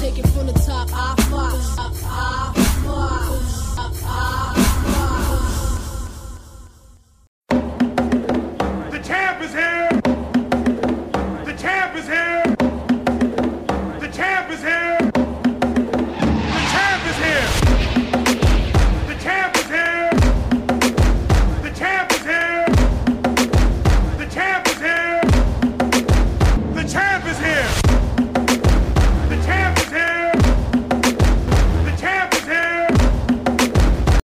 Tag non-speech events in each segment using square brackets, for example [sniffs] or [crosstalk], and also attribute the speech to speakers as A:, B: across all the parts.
A: take it from the top. I fox. I fox. I
B: The champ is here. The champ is here. The champ is here. The champ is here. The champ is here. The champ is here. The champ is here. The champ is here. The champ is here. The champ is here.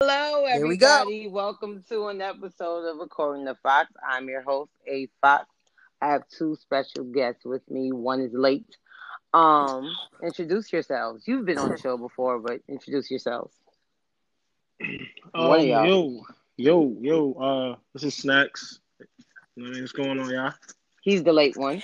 C: Hello,
D: Here we go.
C: everybody. Welcome to an episode of According to Fox. I'm your host, A Fox. I have two special guests with me. One is late. Um, introduce yourselves. You've been on the show before, but introduce yourselves.
E: Oh,
C: What y'all-
E: yo, yo, yo. Uh, this is Snacks. You know what I mean? What's going on, y'all?
C: He's the late one.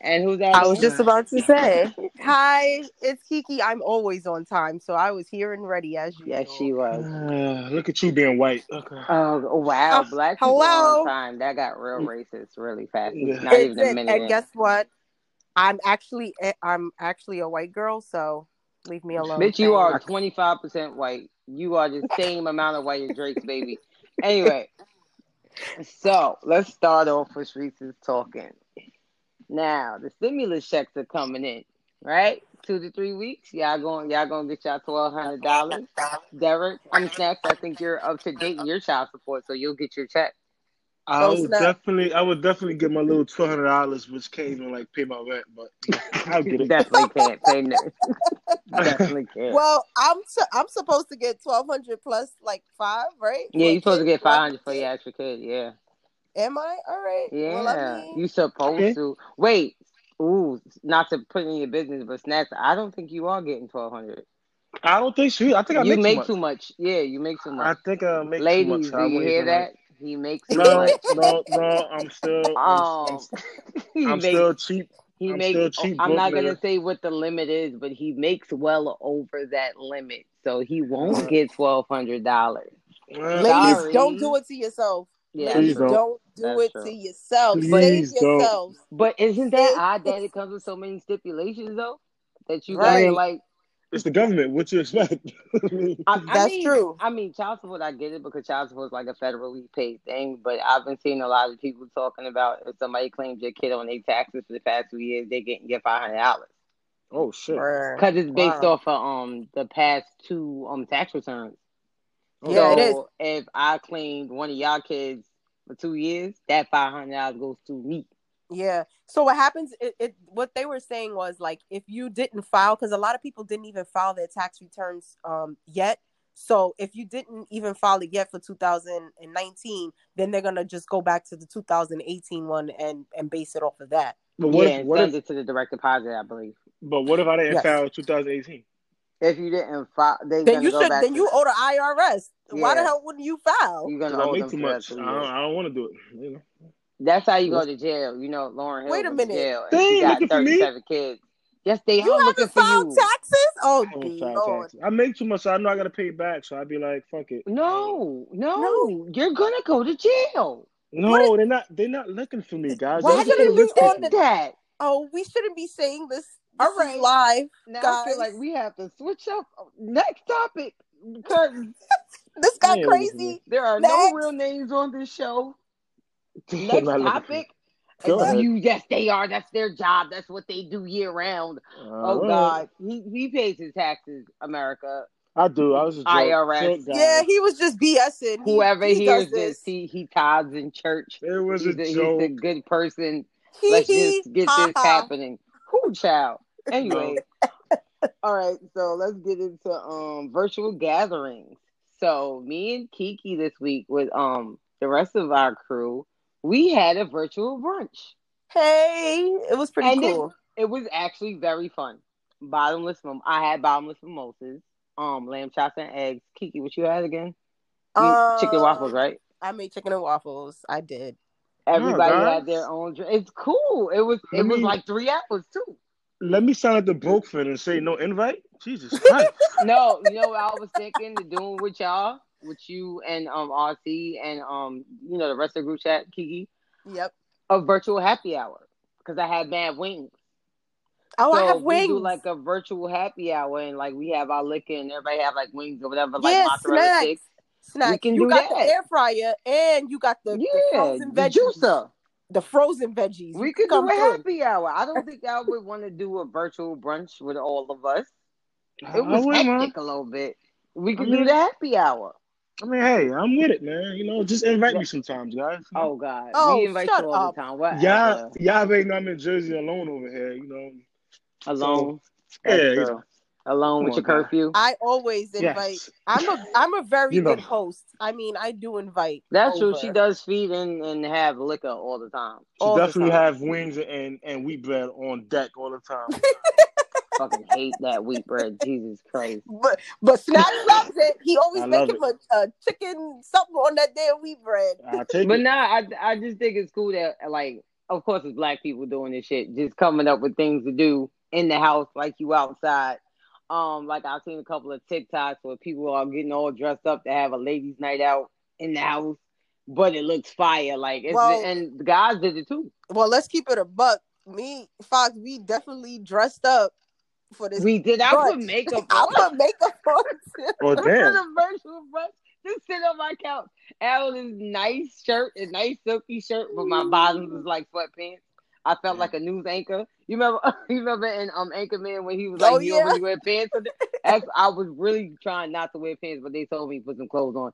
C: And who's that?
F: I was just about to say, [laughs] hi, it's Kiki. I'm always on time, so I was here and ready as usual.
C: Yes, she was.
E: Uh, look at you being white. Okay.
C: Oh wow,
F: Uh,
C: black people
F: hello?
C: on time. That got real racist really fast. It's
E: Yeah.
C: Not even a
F: Listen,
C: minute. in.
F: and guess what? I'm actually eh, I'm actually a white girl, so leave me alone.
C: Bitch, you are
F: Thanks.
C: twenty five percent white. You are the same amount of white as Drake's baby. Anyway, so let's start off with Reese's talking. Now the stimulus checks are coming in, right? Two to three weeks. Y'all going y'all gonna get y'all twelve hundred dollars. Derek, I'm snacks. I think you're up to date in your child support, so you'll get your check.
E: I
F: Oh,
E: would
F: Snap.
E: definitely, I would definitely get my little twelve hundred dollars, which can't even like pay my rent, but [laughs] I'll get it.
C: Definitely can't pay no.
E: [laughs]
C: Definitely can't.
F: Well, I'm su- I'm supposed to get 1200 plus like 5, right?
C: yeah, you're supposed to get
F: Like,
C: five hundred for your extra kid. Yeah.
F: Am I? All right.
C: Yeah,
F: Well, I mean-
C: you supposed
E: Okay.
C: to. Wait, ooh, not to put in your business, but snacks. I don't think you are getting twelve hundred.
E: [laughs] I don't think she. I think I
C: You
E: make, too, much.
C: Yeah, you make too
E: I
C: much.
E: think I make
C: Ladies,
E: too much. so I
C: do you
E: wouldn't
C: hear
E: even, like-
C: that? He makes too
E: No,
C: much. [laughs]
E: no, no. I'm still. I'm,
C: Um,
E: [laughs]
C: [laughs] he
E: I'm, I'm
C: makes.
E: still cheap.
C: he
E: I'm
C: makes.
E: still cheap,
C: I'm not
E: broke
C: gonna
E: nigga.
C: say what the limit is, but he makes well over that limit, so he won't
E: Yeah.
C: get twelve hundred dollars.
E: Uh,
F: Ladies,
C: Sorry.
F: don't do it to yourself.
C: Yeah,
E: Please
F: Ladies,
E: don't.
F: don't do
C: That's
F: it
C: true.
F: to yourself.
E: Please
F: Save
E: don't.
F: yourselves.
C: but isn't that
F: See?
C: odd that it comes with so many stipulations though? That you
F: Right.
C: gotta like
E: It's the government. What you expect? [laughs]
C: I, I
F: That's
C: mean-
F: true.
C: I mean, child support, I get it because child support is like a federally paid thing, but I've been seeing a lot of people talking about if somebody claims your kid on their taxes for the past two years, they getting get five hundred dollars
E: oh shit.
C: because it's based
F: Wow.
C: off of um the past two um tax returns.
E: Oh.
F: Yeah, it
C: so if I claimed one of y'all kids for two years, that five hundred dollars goes to me.
F: Yeah. So what happens? It, it what they were saying was like if you didn't file, because a lot of people didn't even file their tax returns um yet. So if you didn't even file it yet for 2019, then they're gonna just go back to the 2018 one and and base it off of that.
E: But what?
C: yeah,
E: if,
C: and
E: what if
C: send it to the direct deposit, I believe.
E: But what if I didn't
F: Yes.
E: file 2018?
C: If you didn't file, they
F: Then
C: gonna
F: you
C: go
F: should.
C: back
F: Then
C: to-
F: you owe the IRS. Why the
C: Yeah.
F: hell wouldn't you file?
C: You're gonna
E: Because I
C: owe them
E: make
C: for
E: too
C: that
E: much. I
C: two
E: don't,
C: years.
E: I don't want to do it. You know?
C: That's how you go to jail. You know, Lauren Hill
F: Wait a
C: went to
F: minute.
C: jail, and
E: They
C: she
E: ain't
C: got
E: looking for me.
C: 37 kids. Yes, they
F: You
C: are looking
F: haven't
C: for
F: filed
C: you.
F: taxes? Oh,
E: I don't file
F: Lord.
E: taxes. I make too much, so I know I gotta pay it back. So I'd be like, fuck it.
C: no, no, you're gonna go to jail.
E: No, they're not. They're not looking for me, guys.
F: Why
E: They're
F: didn't
E: looking
F: we
E: for rich
F: on
E: people.
F: the-
C: That
F: Oh, we shouldn't be saying this.
C: All
F: All right,
C: right.
F: live.
C: now I
F: Guys.
C: feel like we have to switch up. Next topic because
F: This got
E: Yeah, it was
F: crazy.
C: there are
F: Next.
C: no real names on this
E: [laughs]
C: show.
E: They're
C: Next
E: not looking for
C: topic.
E: me. Go
C: It's
E: ahead.
C: you, yes, they are. That's their job. That's what they do year round. Oh
E: All right.
C: God, he he pays his taxes, America.
E: I do. I was just joking.
C: IRS.
E: Joke, guys.
F: Yeah, he was just BSing. He-
C: Whoever
F: he
C: hears
F: does
C: this, he he tithes in church.
E: it was
C: He's
E: a,
C: a, he's
E: joke.
C: a good person.
F: He-
C: Let's
F: he-
C: just get
F: ha,
C: this
F: ha.
C: happening. Who child? Anyway, [laughs] all right. So let's get into um virtual gatherings. So me and Kiki this week with um the rest of our crew, we had a virtual brunch.
F: Hey, it was pretty
C: And it-
F: cool.
C: It was actually very fun. Bottomless, mim- I had bottomless mimosas, um, lamb chops and eggs. Kiki, what you had again? You- chicken
F: Um,
C: waffles, right?
F: I made chicken and waffles. I did.
C: Everybody
E: guys.
C: had their own drink. It's cool. It was it
E: Let
C: was
E: me-
C: like three hours too.
E: Let me sound like the broke fin and say no invite.
C: [laughs]
E: Jesus Christ.
C: no, you know what I was thinking to doing with y'all, with you and um RC and um you know the rest of the group chat, Kiki,
F: Yep.
C: a virtual happy hour because I had mad wings.
F: Oh, I
C: So
F: have
C: if
F: wings.
C: We do like a virtual happy hour, and like we have our liquor, and everybody have like wings or whatever, like
F: Yeah,
C: mozzarella
F: snacks.
C: sticks.
F: Snack.
C: we can
F: you
C: do
F: got
C: that.
F: the air fryer and you got the, the
C: yeah,
F: frozen
C: the
F: veggies.
C: juicer.
F: The frozen veggies.
C: We
F: You
C: could do
F: come
C: a
F: through.
C: happy hour. I don't think I would want to do a virtual brunch with all of us.
E: I
C: It was
E: wouldn't mind.
C: hectic a little bit. We could
E: mean-
C: do the happy hour.
E: I mean, hey, I'm with it, man. You know, just invite me sometimes, guys.
C: Oh God,
F: Oh,
C: we invite
F: shut
C: you all
F: up.
C: the time. What?
E: y'all, y'all ain't know I'm in Jersey alone over here. You know,
C: alone.
E: Yeah,
C: That's
E: you
C: true.
E: know.
C: alone with
E: Come
C: your
E: on, man.
C: curfew.
F: I always invite.
E: yes.
F: I'm a I'm
C: [laughs]
F: a very
E: You know.
F: good host. I mean, I do invite.
E: Oh,
C: That's true.
F: over.
C: She does feed and, and have liquor all the time.
E: She
F: all the
E: definitely
F: time.
E: have wings and and wheat bread on deck all
F: [laughs]
E: the time.
C: Fucking hate that wheat bread. Jesus Christ.
F: But but Snap loves it. He always
E: I
F: make
E: love
F: him a, a chicken something on that damn wheat bread.
E: I take
C: But
E: it.
C: nah, I I just think it's cool that like, of course, it's black people doing this shit, just coming up with things to do in the house like you outside. Um, like I've seen a couple of TikToks where people are getting all dressed up to have a ladies' night out in the house, but it looks fire. Like it's
F: Well-
C: and the guys did it too.
F: Well, let's keep it a buck. Me, Fox, we definitely dressed up for [laughs] this.
C: We did. I put
F: brunch.
C: makeup.
E: [laughs]
F: I
C: on.
F: put makeup on. too.
E: Oh
C: for
E: damn.
C: the virtual brunch. Just sit on my couch. I had this nice shirt, a nice silky shirt, but my bottoms was like sweatpants. I felt
E: Yeah.
C: like a news anchor. You remember? [laughs] You remember in um Anchorman when he was
F: Oh,
C: like, "You
F: yeah.
C: don't really wear pants." today?" Actually, I was really trying not to wear pants, but they told me to put some clothes on.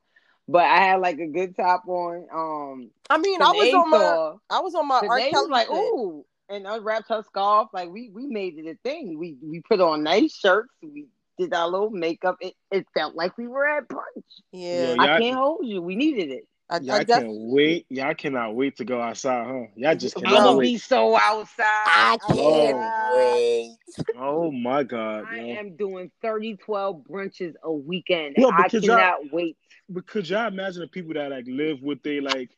C: But I had like a good top on. Um,
F: I mean, I was
C: Tanae
F: on my
C: saw-
F: I was on my R.
C: Tanae was
F: Kelly.
C: like,
F: shit.
C: "Ooh," and unwrapped her scarf. Like we we made it a thing. We we put on nice shirts. We did our little makeup. It it felt like we were at brunch.
F: yeah,
E: Yo,
C: I
E: y'all-
C: can't hold you. We needed it.
F: I,
E: Y'all
F: I
E: can't
F: definitely.
E: wait. Y'all cannot wait to go outside, huh? Y'all just
C: I'm
E: cannot
C: gonna
F: Bro.
E: wait.
C: be so outside.
F: I can't
E: Oh.
F: wait.
E: Oh my god,
C: I
E: yo.
C: am doing 30, 12 brunches a weekend.
E: Yo,
C: I
E: because y'all-
C: cannot wait.
E: But could y'all imagine the people that like live with they like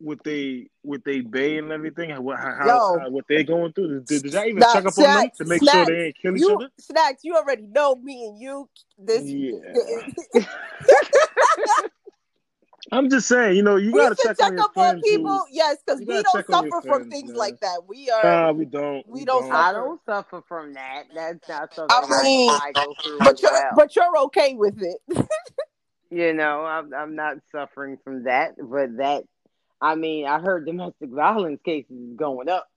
E: with they with they bay and everything? How how,
F: Yo.
E: how, how what they going through? Did, did y'all even
F: Nah,
E: check up on them
F: Snacks,
E: to make sure
F: Snacks,
E: they ain't kill each
F: You
E: other?
F: snacks, you already know me and you. This
E: Yeah. [laughs] I'm just saying, you know, you
F: we
E: gotta
F: should
E: check,
F: check,
E: on your
F: up on
E: friends who-
F: people, yes, because
E: You
F: we
E: gotta
F: don't
E: check on your
F: suffer from
E: friends,
F: things
E: man. Uh,
F: like that. We are,
E: Nah, we don't.
F: We don't
C: I don't suffer from that. That's not something I,
F: mean,
C: I go through
F: but
C: as
F: you're,
C: well.
F: but you're okay with it. [laughs]
C: you know, I'm I'm not suffering from that. But that, I mean, I heard domestic violence cases is going up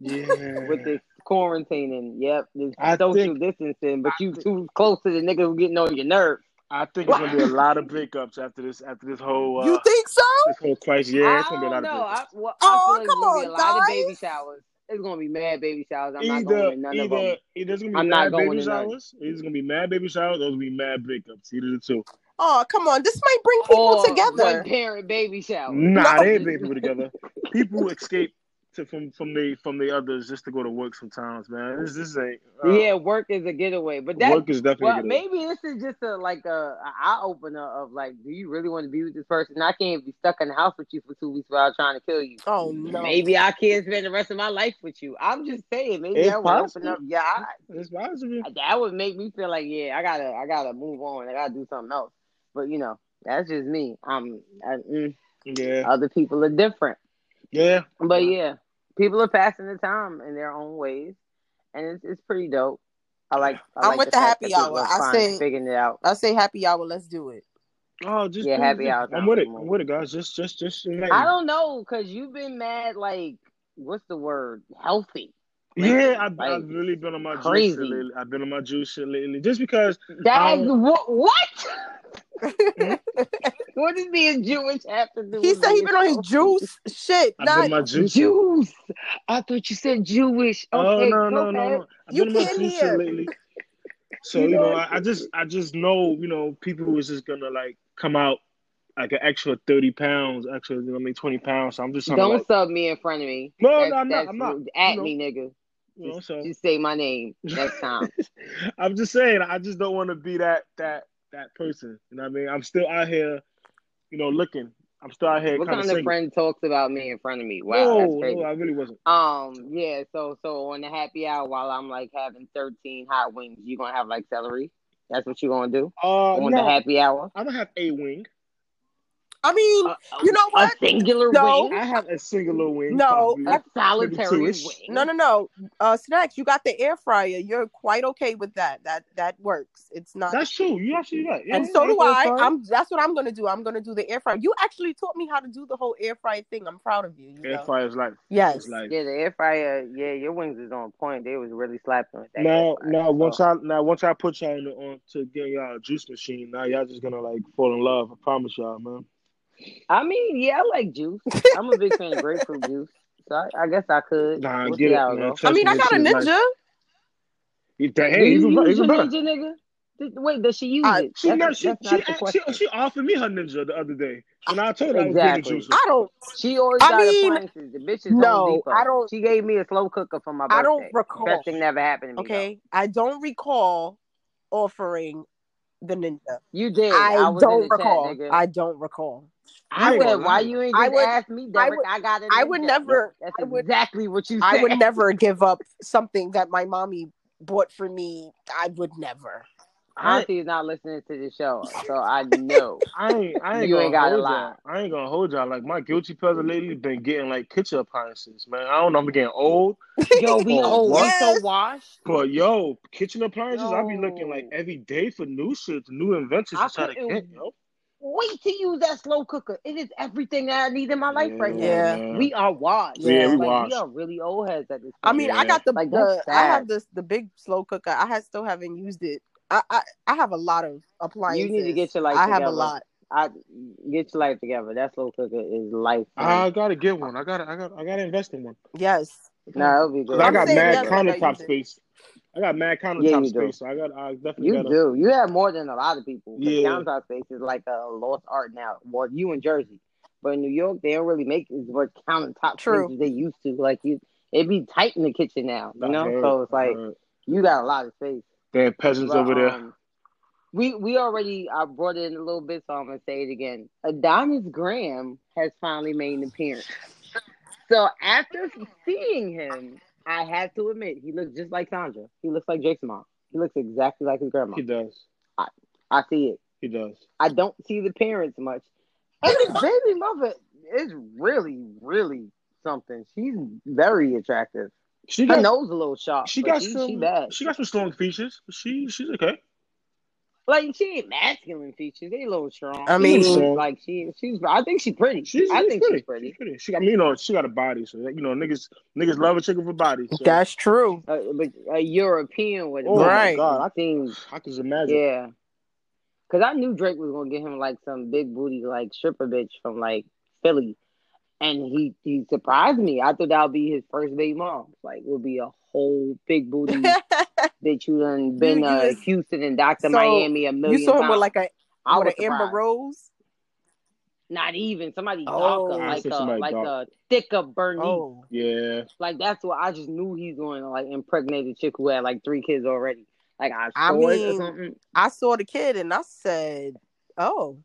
E: Yeah.
C: with this quarantining. Yep, this
E: I
C: social
E: think-
C: distancing. But you too close to the nigga who getting on your nerves.
E: I think it's gonna be a lot of breakups after this after this whole uh,
F: you think so?
E: this whole crisis. Yeah, it's
C: I
E: gonna be a lot
C: don't know.
E: of breakups.
C: I, well, I
F: Oh,
C: feel like it's
F: come
C: gonna be a
F: on,
C: lot of
F: guys.
C: baby showers. It's gonna be mad baby showers. I'm not going
E: either
C: to none of
E: either
C: them.
E: either it's gonna be
C: I'm not
E: mad
C: going
E: baby
C: to none.
E: showers, it's gonna be mad baby showers, or it's gonna be mad breakups. Either the two.
F: Oh, come on, this might bring people
C: Or
F: together.
C: Oh, one parent baby shower.
E: Nah,
F: No.
E: they ain't bring people together. People escape to, from from the from the others just to go to work sometimes, man. This this ain't uh,
C: yeah, work is a getaway, but that
E: work is definitely
C: well,
E: gonna-
C: maybe this is just a like a, a eye opener of like, do you really want to be with this person? I can't be stuck in the house with you for two weeks without trying to kill you.
F: Oh no,
C: Maybe I can't spend the rest of my life with you. I'm just saying, maybe
E: It's
C: that would open
E: possible.
C: up your eyes.
E: it's possible.
C: that would make me feel like yeah i gotta i gotta move on i gotta do something else but you know that's just me i'm I, mm,
E: Yeah,
C: other people are different
E: yeah.
C: but yeah people are passing the time in their own ways and it's, it's pretty dope i like I
F: I'm
C: like
F: with the
C: fact
F: happy
C: that people
F: hour.
C: are
F: I
C: finally
F: say-
C: figuring it out
F: I say happy hour. Let's do it.
E: Oh, just
C: Yeah,
E: do-
C: happy hour
E: I'm
C: time.
E: with it. I'm with it, guys. Just just just invite me.
C: i don't know because you've been mad like what's the word healthy
E: Yeah, I've,
C: Like,
E: I've really been on my
C: crazy.
E: juice shit lately. I've been on my juice shit lately, just because.
C: that
E: Um,
C: what, what
E: [laughs]
C: what does being jewish have to do
F: He
C: with
F: said he
C: being
F: been on
C: healthy?
F: his juice. Shit,
E: I've been on
F: not
E: my juice.
C: Jews. I thought you said Jewish.
E: Oh
C: Okay,
E: no
C: go
E: no no!
C: ahead.
E: no. I've
F: You
E: been in my
F: can't
E: juice
F: hear.
C: [laughs]
E: shit lately, so
C: You
E: you
C: know
E: know
C: what?
E: I, I just I just know you know people who is just gonna like come out like an extra thirty pounds, extra you know, I mean twenty pounds. So I'm just trying
C: Don't
E: to like
C: sub me in front of me.
E: No, no,
C: That's-
E: I'm not,
C: that's
E: I'm not.
C: rude. At
E: You know.
C: me, nigga.
E: you know. So
C: Just say my name
E: [laughs]
C: next time.
E: I'm just saying I just don't want to be that that that person. You know what I mean? I'm still out here, you know, looking. I'm still out here
C: what
E: kind
C: kind
E: of
C: of
E: singing.
C: friend talks about me in front of me? Wow, that's
E: no,
C: crazy.
E: no, I really wasn't.
C: Um, yeah. So, so on the happy hour, while I'm like having 13 hot wings, you gonna have like celery. That's what you gonna do
E: Uh,
C: on
E: no,
C: the happy hour.
E: I'm gonna have a wing.
F: I mean,
C: A-
F: you know
C: Uh, a
F: what?
C: singular
F: No.
C: wing,
E: I have a singular wing.
F: No,
E: probably.
C: a solitary wing.
E: two-ish.
F: No, no, no. Uh, snacks. You got the air fryer. You're quite okay with that. That that works. It's not.
E: That's true. You actually right. Yeah,
F: and so do
E: that's
F: I.
E: fine.
F: I'm. That's what I'm gonna do. I'm gonna do the air fryer. You actually taught me how to do the whole air fryer thing. I'm proud of you. you
E: Air
F: know?
E: fryer's like
F: Yes.
E: it's like
C: Yeah, the air fryer. Yeah, your wings is on point. They was really slapping with that.
E: now
C: air fryer,
E: now
C: so.
E: once I now once I put y'all in the, on to get y'all a juice machine, now y'all just gonna like fall in love. I promise y'all, man.
C: I mean, yeah, I like
E: [laughs]
C: juice. I'm a big fan of grapefruit juice. So I, I guess I could.
E: Nah,
C: We'll
E: get
C: see
E: it,
C: how
E: man.
C: goes.
E: Trust
F: I mean,
E: me,
F: I got a
E: it's
F: ninja.
E: like- You- Hey,
C: Do
E: even,
C: you
E: better-
C: use
E: even
C: your
E: better.
C: ninja, nigga? Did, wait, does she use
F: I-
C: it?
E: She
C: That's-
E: not, she,
C: that's
E: she,
C: not the
E: act- she,
C: question.
E: she offered me her ninja the other day when I told her I was
C: Exactly.
E: getting juice.
F: I don't.
C: She always
F: I
C: got
F: mean,
C: appliances. The bitch is
F: no,
C: Home Depot.
F: I don't-
C: She gave me a slow cooker for my birthday.
F: I don't recall.
C: That thing never happened to me.
F: Okay. I don't recall offering the ninja.
C: though. you did.
F: I,
C: I, was in
F: don't
C: the
F: recall.
C: Chat, nigga.
F: I don't recall.
C: I
E: ain't
C: would.
E: gonna lie.
C: Why you ain't
F: I
C: just
F: would-
C: ask me,
F: I
C: Derek?
F: would-
C: I got it.
F: I would never-
C: That's
F: I would-
C: exactly what you said.
F: I
E: [laughs]
F: would never give up something that my mommy bought for me. I would never.
C: Auntie is not listening to the show, so I
F: [laughs]
C: know.
E: I ain't, I ain't
C: You
E: gonna
C: ain't gotta
E: hold
C: lie.
E: y'all. I ain't gonna hold y'all. Like my guilty pleasure lady's been getting like kitchen appliances, man. I don't know. I'm getting old,
C: Yo, we
E: Oh,
C: old. We
E: what?
C: so washed.
E: but yo, kitchen appliances. I be looking like
C: Yo.
E: every day for new shit, new inventions
C: I
E: to try to
C: couldn't-
E: get. Yo,
C: Wait to use that slow cooker. It is everything that I need in my life right now.
F: Yeah.
E: man.
C: We are washed.
F: Yeah, we
C: like
E: washed.
C: we are really old heads at this point.
F: I mean, I
E: Yeah.
F: got the,
C: Like,
F: the
C: that's
F: I have
C: sad.
F: this the big slow cooker. I had, still haven't used it. I, I I have a lot of appliances.
C: get your life
F: I have a
C: together.
F: lot.
C: I get your life together. That slow cooker is life.
E: I gotta get one. I gotta, I gotta, I gotta invest in one.
F: Yes.
C: no, nah, it'll be good.
E: Cause I
F: I'm
E: got
F: saying
E: mad
F: never, but I
E: countertop
F: use it.
E: space. I got mad countertop
C: Yeah, you do.
E: space. So I got, I definitely
C: You
E: gotta.
C: do. You have more than a lot of people. 'cause
E: Yeah.
C: Countertop space is like a lost art now. Well, you in Jersey, but in New York, they don't really make as much countertop
F: True.
C: spaces they used to. Like you, it be tight in the kitchen now. You
E: I
C: know,
E: heard,
C: so it's
E: I
C: like
E: heard.
C: you got a lot of space.
E: damn peasants
C: But,
E: over there.
C: um, we we already I brought it in a little bit, so I'm gonna say it again. Adonis Graham has finally made an appearance. So after seeing him, I have to admit he looks just like Sandra. He looks like Jake's mom. He looks exactly like his grandma.
E: He does.
C: I see it.
E: He does.
C: I don't see the parents much. And his baby mother is really, really something. She's very attractive.
E: She
C: Her
E: got.
C: nose a little sharp.
E: she
C: She
E: got
C: she,
E: some.
C: she
E: She,
C: bad.
E: got some strong features. She she's okay.
C: Like she ain't masculine features. They a little strong.
F: I mean-
E: So-
C: like she she's. I think she's pretty.
E: She's.
C: I
E: she's
C: think
E: pretty.
C: she's pretty.
E: She. I mean, you know, she got a body. So you know, niggas niggas love a chicken for body. So.
F: That's
C: [laughs]
F: true.
C: Uh, but a European with
E: oh
F: Right.
E: my god,
C: I think
E: I, I can just imagine.
C: yeah. Cause I knew Drake was gonna get him like some big booty like stripper bitch from like Philly, and he he surprised me. I thought that would be his first baby mom. Like it would be a whole big booty
F: [laughs]
C: bitch who done been
F: you
C: uh,
F: just-
C: Houston and Doctor
F: So,
C: Miami a million
F: you saw him
C: times.
F: with like a
C: I
F: with
C: was
F: an Amber
C: surprised.
F: Rose.
C: Not even somebody
F: Oh.
C: darker,
F: I
C: like
E: said
C: a
E: somebody
C: like
E: dark.
C: a thicker Bernice.
F: Oh,
E: Yeah.
C: Like that's what I just knew he's going to like impregnate a chick who had like three kids already. Like I
F: I
C: saw it or
F: mean-
C: something.
F: I saw the kid and I said, "Oh,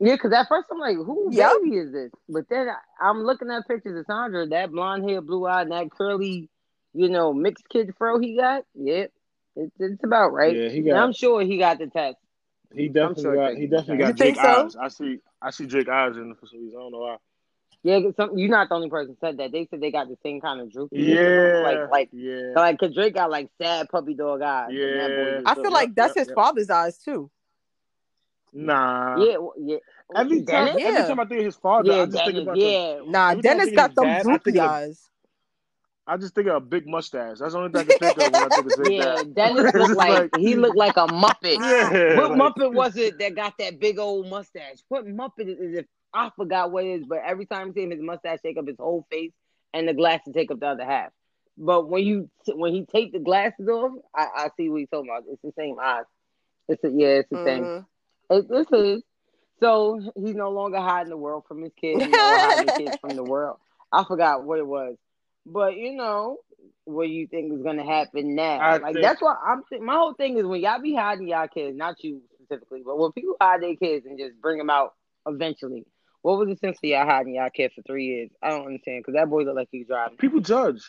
C: Yeah, because at first I'm like, who
F: Yep.
C: baby is this? But then I, I'm looking at pictures of Sandra, that blonde hair, blue eye, and that curly, you know, mixed kid fro he got. Yep, it, it's about right.
E: Yeah. He
C: And
E: got.
C: I'm sure he got the test.
E: he definitely
C: sure
E: got.
C: Drake-
E: He definitely
C: You
E: got
F: think
E: Drake
F: so?
E: eyes. I see. I see Drake eyes in it for some reason. I don't know why.
C: Yeah, 'cause some, you're not the only person said that. They said they got the same kind of droopy.
E: Yeah.
C: like like
E: yeah.
C: like, 'cause Drake got like sad puppy dog eyes. and that boy
E: Yeah.
C: just
F: I
E: So,
F: feel like
E: yep,
F: that's
E: yep,
F: his
E: yep.
F: father's eyes too."
E: Nah.
C: Yeah, well, yeah.
E: Every time,
C: Dennis?
E: every
F: Yeah.
E: time I think of his father,
C: yeah,
E: I just think
C: Dennis,
E: about the,
C: yeah.
F: Nah,
E: Every time I
F: Dennis
E: think of
F: got
E: his
F: them
E: dad, I
F: droopy
E: think of-
F: eyes.
E: I just think of a big mustache. That's the only thing I can think of when I think of Drake. [laughs]
C: Yeah,
E: dad.
C: Dennis
E: It's
C: looked like,
E: like-
C: he looked like a muppet.
E: Yeah,
C: what
E: like-
C: muppet
E: [laughs]
C: was it that got that big old mustache? What muppet is it? I forgot what it is, but every time you see him, his mustache take up his whole face, and the glasses take up the other half. But when you when he take the glasses off, I, I see what he's talking about. It's the same eyes. It's a, yeah, it's the same.
F: Mhm.
C: It, this is so he's no longer hiding the world from his kids. He's no longer hiding the kids from the
F: [laughs]
C: world. I forgot what it was, but you know what you think is gonna happen now.
E: I
C: like
E: think-
C: that's why I'm. Th- my whole thing is when y'all be hiding y'all kids, not you specifically, but when people hide their kids and just bring them out eventually. What was the sense of y'all hiding y'all kid for three years? I don't understand because that boy looked like he was driving.
E: People judge.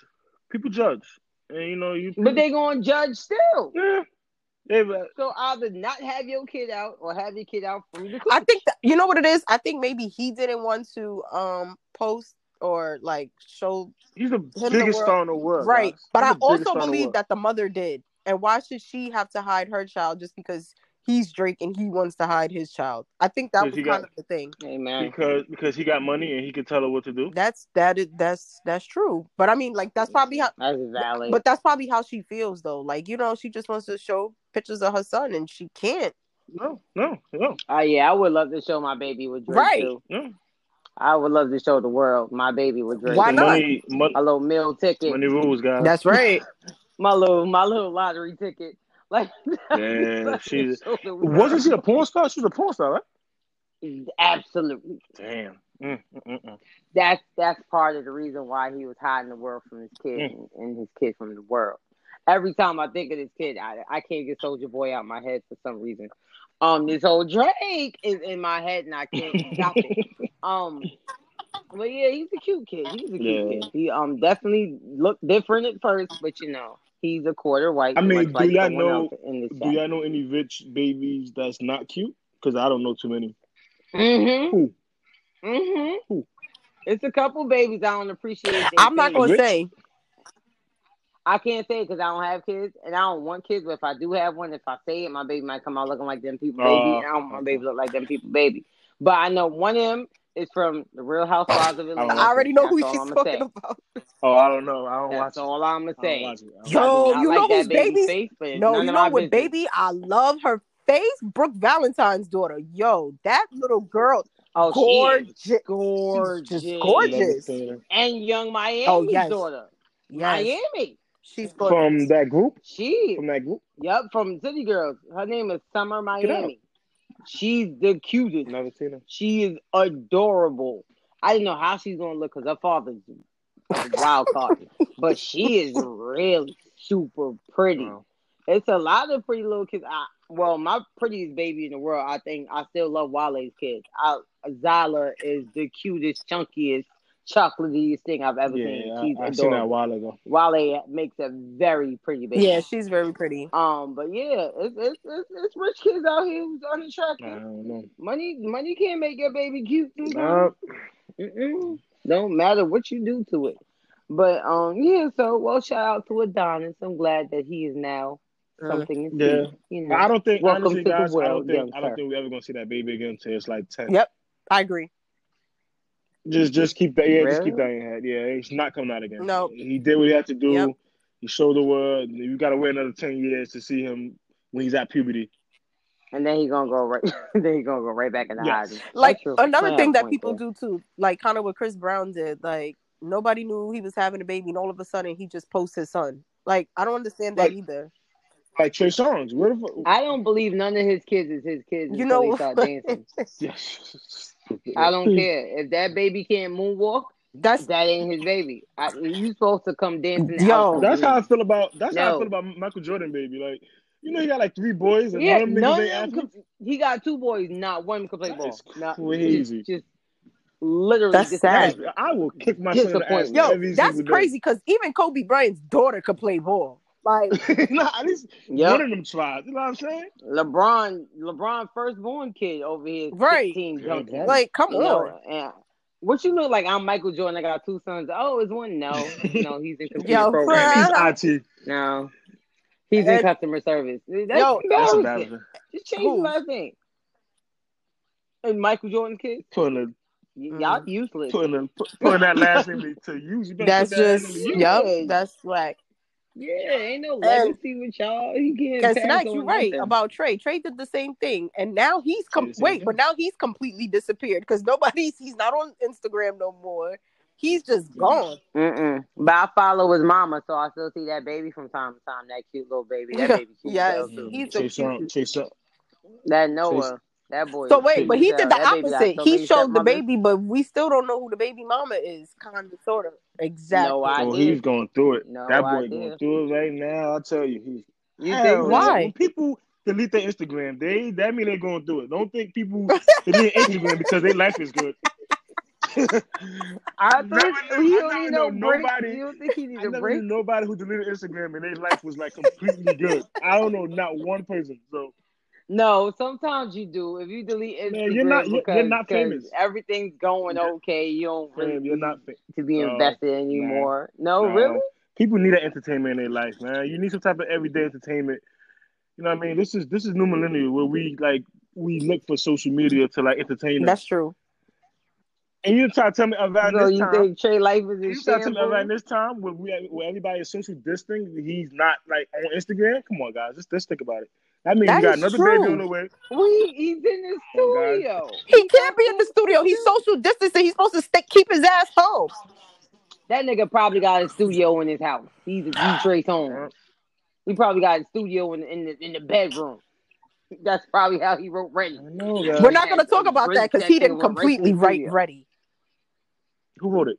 E: People judge, and you know you.
C: But they gonna judge still.
E: yeah, Yeah, but
C: So either not have your kid out or have your kid out from the
F: I
C: club.
F: think that you know what it is. I think maybe he didn't want to um post or like show
E: he's the
F: the
E: biggest
F: world.
E: star in the world.
F: right,
E: guys.
F: but
E: He's
F: I
E: the biggest
F: also
E: star in the
F: believe
E: world.
F: that the mother did. And why should she have to hide her child just because he's Drake and he wants to hide his child? I think that
E: Because
F: was
E: he
F: kind
E: got-
F: of the thing.
C: Amen.
E: because because he got money and he could tell her what to do.
F: That's that is that's that's true. But I mean, like that's probably how.
C: That's valid.
F: But that's probably how she feels though. Like you know, she just wants to show pictures of her son and she can't.
E: No, no, no,
C: Oh yeah, I would love to show my baby with Drake
F: Right.
C: too.
E: no.
C: I would love to show the world my baby with Drake.
F: Why
E: The
F: not?
E: Money, mon-
C: My little meal ticket, [laughs]
E: money rules, guys.
F: That's right.
C: my little my little lottery ticket. [laughs] Like [laughs]
E: yeah, she's
C: show the world.
E: wasn't she a porn star? She was a porn star, right?
C: absolutely.
E: Damn. Mm, mm, mm, mm.
C: That's that's part of the reason why he was hiding the world from his kid
E: Mm.
C: and, and his kid from the world. Every time I think of this kid, I, I can't get Soldier Boy out my head for some reason. Um, this whole Drake is in my head and I can't stop it.
E: [laughs]
C: Um, but yeah, he's a cute kid. He's a cute
E: Yeah.
C: kid. He um definitely looked different at first, but you know he's a quarter white.
E: I mean,
C: much
E: do
C: like
E: y'all
C: someone
E: know-
C: else in this
E: Do y'all know any rich babies that's not cute? Because I don't know too many. Who?
C: Mm-hmm. Mm-hmm.
E: Who?
C: It's a couple babies I don't appreciate. their
F: I'm not
C: kids.
F: gonna
E: Rich?
F: say.
C: I can't say because I don't have kids and I don't want kids. But if I do have one, if I say it, my baby might come out looking like them people baby.
E: Oh.
C: and I don't want my baby to look like them people baby. But I know one of them is from the Real Housewives of Atlanta.
F: I already know who
C: That's all
F: she's
C: I'ma
F: talking
C: say.
F: about.
E: Oh, I don't know. I don't
C: That's
E: watch.
C: all I'm gonna
E: it. I don't
C: say.
E: watch it. I don't
F: Yo,
E: watch
C: I do not
F: you know
C: like
F: whose
C: that baby's
F: baby's-
C: face, but it's
F: No,
C: none
F: you
C: of
F: know
C: my
F: what,
C: business.
F: baby? I love her face. Brooke Valentine's daughter. Yo, that little girl,
C: Oh, she
F: gorgeous.
C: is
F: She's
C: gorgeous,
F: just
E: it. Never
F: gorgeous.
E: seen her.
C: and young Miami's
F: Oh, yes.
C: daughter,
F: Yes,
C: Miami.
F: she's gorgeous.
E: From that group.
C: She,
E: From that group.
C: yep, from City Girls. Her name is Summer
E: Get out.
C: Miami. She's the cutest.
E: Never seen her.
C: She is adorable. I didn't know how she's gonna look because her father's a wild card, but she is really super pretty.
E: Wow.
C: It's a lot of pretty little kids. I, well, my prettiest baby in the world, I think I still love Wale's kids. I, Zyla is the cutest, chunkiest, chocolatiest thing I've ever seen.
E: Yeah,
C: She's
E: I, I seen that a
C: adorable.
E: while ago.
C: Wale makes a very pretty baby.
F: Yeah, she's very pretty.
C: Um, but yeah, it's it's it's, it's rich kids out here who's
E: I
C: unattractive.
E: don't know.
C: Money, money can't make your baby cute.
E: Nah,
C: Mm-mm. Don't matter what you do to it. But um, yeah. So well, shout out to Adonis. I'm glad that he is now something. to
E: Uh, yeah.
C: see, you know.
E: I don't think
C: Welcome
E: honestly,
C: to the
E: guys. I
C: world,
E: don't think
C: young
E: I don't
C: sir.
E: think we're ever gonna see that baby again until it's like ten.
F: Yep, I agree.
E: Just just keep that yeah, just keep that
C: Really?
E: in your head. Yeah, he's not coming out again.
F: No.
E: He did what he had to do.
F: Yep.
E: He showed the world. You gotta wait another ten years to see him when he's at puberty.
C: And then he gonna go right. [laughs] then he gonna go right back in the
E: Yes.
C: hiding.
F: Like
C: That's a
F: another
C: fair
F: thing that
C: point
F: people
C: there.
F: do too, like kind of what Chris Brown did. Like nobody knew he was having a baby, and all of a sudden he just posts his son. Like I don't understand that
E: Like-
F: either.
E: Like Trey Songz. Where the fuck
C: I don't believe none of his kids is his kids
F: You
C: until
F: know-
C: they start
E: [laughs]
C: dancing.
E: Yes.
C: I don't care if that baby can't moonwalk.
F: That's
C: That ain't his baby. I, you supposed to come dancing
F: Yo.
C: out.
E: That's how I feel about that's how I
C: No.
E: feel about Michael Jordan, baby. Like you know he got like three boys and
C: Yeah,
E: none of them
C: none
E: niggas ain't
C: of them
E: athletes.
C: could, he got two boys, not one could play
E: That
C: ball.
E: is
C: Not-
E: crazy.
C: Just, just literally
F: That's
C: disappointing.
E: That is- I will kick my son in the ass
C: Disappointing.
F: yo,
E: every
F: that's
E: single day.
F: crazy because even Kobe Bryant's daughter could play ball.
C: [laughs]
F: Like
E: [laughs] nah, at least one
C: Yep.
E: of them tried. You know what I'm saying?
C: LeBron, LeBron firstborn kid over here,
F: Right.
C: Team
E: Yeah,
C: junkie.
E: LeBron.
F: Like, come
C: You
F: on.
C: know, and what you look like? I'm Michael Jordan. I got two sons. Oh, it's one.
E: [laughs]
C: No, no, he's in computer
F: Yo,
C: programming.
F: bruh.
E: He's IT.
C: No, he's in
F: And-
C: customer service. That's
F: Yo,
E: That's
C: embarrassing.
E: embarrassing.
C: Just change
F: Who?
C: the last name. And Michael Jordan's kid,
E: Putting a
C: y-
F: Mm.
C: y'all useless.
E: putting a, pu- putting that last name to use. You better
F: That's
E: put that
F: just,
E: name to use.
F: yep, that's whack.
C: Yeah, ain't no
F: And-
C: legacy with y'all. He [laughs] can't
F: Because
C: pass
F: tonight,
C: on
F: you're right
C: nothing.
F: about Trey. Trey did the same thing, and now he's com-
E: Did the same
F: wait,
E: thing.
F: but now he's completely disappeared because nobody's [laughs] he's not on Instagram no more. He's just gone.
C: Mm-mm. But I follow his mama, so I still see that baby from time to time. That cute little baby. That
F: Yeah.
C: baby cute
F: Yes.
C: as hell too.
F: He's a
E: Chase
F: cute-
E: up, Chase up.
C: That Noah. That boy.
F: So
C: is
F: wait,
C: cute
F: but
C: as
F: he
C: hell.
F: did the
C: That baby got
F: opposite.
C: so
F: He
C: many
F: showed the
C: stepmothers.
F: baby, but we still don't know who the baby mama is. Kind of, sort of, exactly.
C: I
E: Oh,
C: did.
E: he's going through it.
C: No
E: that boy
C: idea.
E: going through it right now. I tell you, he's
C: You
E: Hell,
C: think so?
F: Why?
E: When people delete their
F: [laughs]
E: Instagram, they that mean they're going through it. Don't think people delete Instagram because their life is good.
C: I
E: Never
C: think
E: knew-
C: you don't
E: I never
C: need
E: knew
C: no break.
E: nobody-
C: You don't think he needs
E: I
C: a
E: never
C: break?
E: knew nobody who deleted Instagram and their life was like completely good. I don't know, not one person. So
C: No, sometimes you do. If you delete Instagram,
E: Man, you're not- you're- you're
C: because,
E: not
C: 'cause
E: famous.
C: Everything's going
E: Yeah.
C: okay. You don't really
E: fam, you're not. Fa-
C: need to be
E: No,
C: invested anymore. No,
E: Oh, nah.
C: really?
E: People need that entertainment in their life, man. You need some type of everyday entertainment. You know what I mean? This is this is new millennial where we like we look for social media to like entertain us.
F: That's true.
E: And you try to tell me about
C: so
E: this
C: you
E: time.
C: think Trey Life is in
E: you try to tell me about
C: shambles?
E: this time when we when everybody is social distancing, he's not like on Instagram. Come on, guys, let's let's think about it. That means
F: That
E: we got
F: is
E: another
F: true.
E: baby on the way.
C: We he's in the
E: Come on, guys.
C: studio.
F: He can't be in the studio. He's social distancing. He's supposed to stay, keep his ass home.
C: Uh, That nigga probably got a studio in his house. He's a
E: [sighs]
C: he Trace home. He probably got a studio in, in the in the bedroom. That's probably how he wrote Ready.
E: I know, guys.
F: We're not going to talk about that because he
C: That
F: didn't
C: nigga went right to the
F: completely write
C: studio.
F: ready.
E: Who wrote it?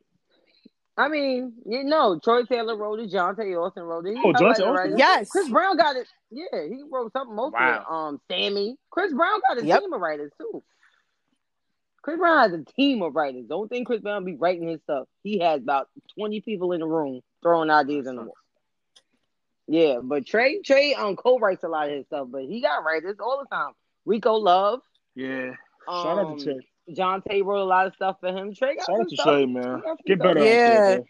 C: I mean, you know, Troy Taylor wrote it, Jonte Austin wrote it.
E: Oh, Jonte
C: Everybody
E: Austin?
C: wrote it.
F: Yes.
C: Chris Brown got it. Yeah, he wrote something most
E: Wow.
C: of it. Um, Sammy. Chris Brown got a
F: Yep.
C: team of writers too. Chris Brown has a team of writers. Don't think Chris Brown be writing his stuff. He has about twenty people in the room throwing ideas in the wall. Yeah, but Trey Trey um co-writes a lot of his stuff, but he got writers all the time. Rico Love,
E: Yeah.
C: um,
E: Shout out to Trey.
C: Jonte wrote a lot of stuff for him. Trey got
E: Shout
C: some
E: out to
C: stuff.
E: Trey, man.
C: got some
E: Get better.
F: stuff.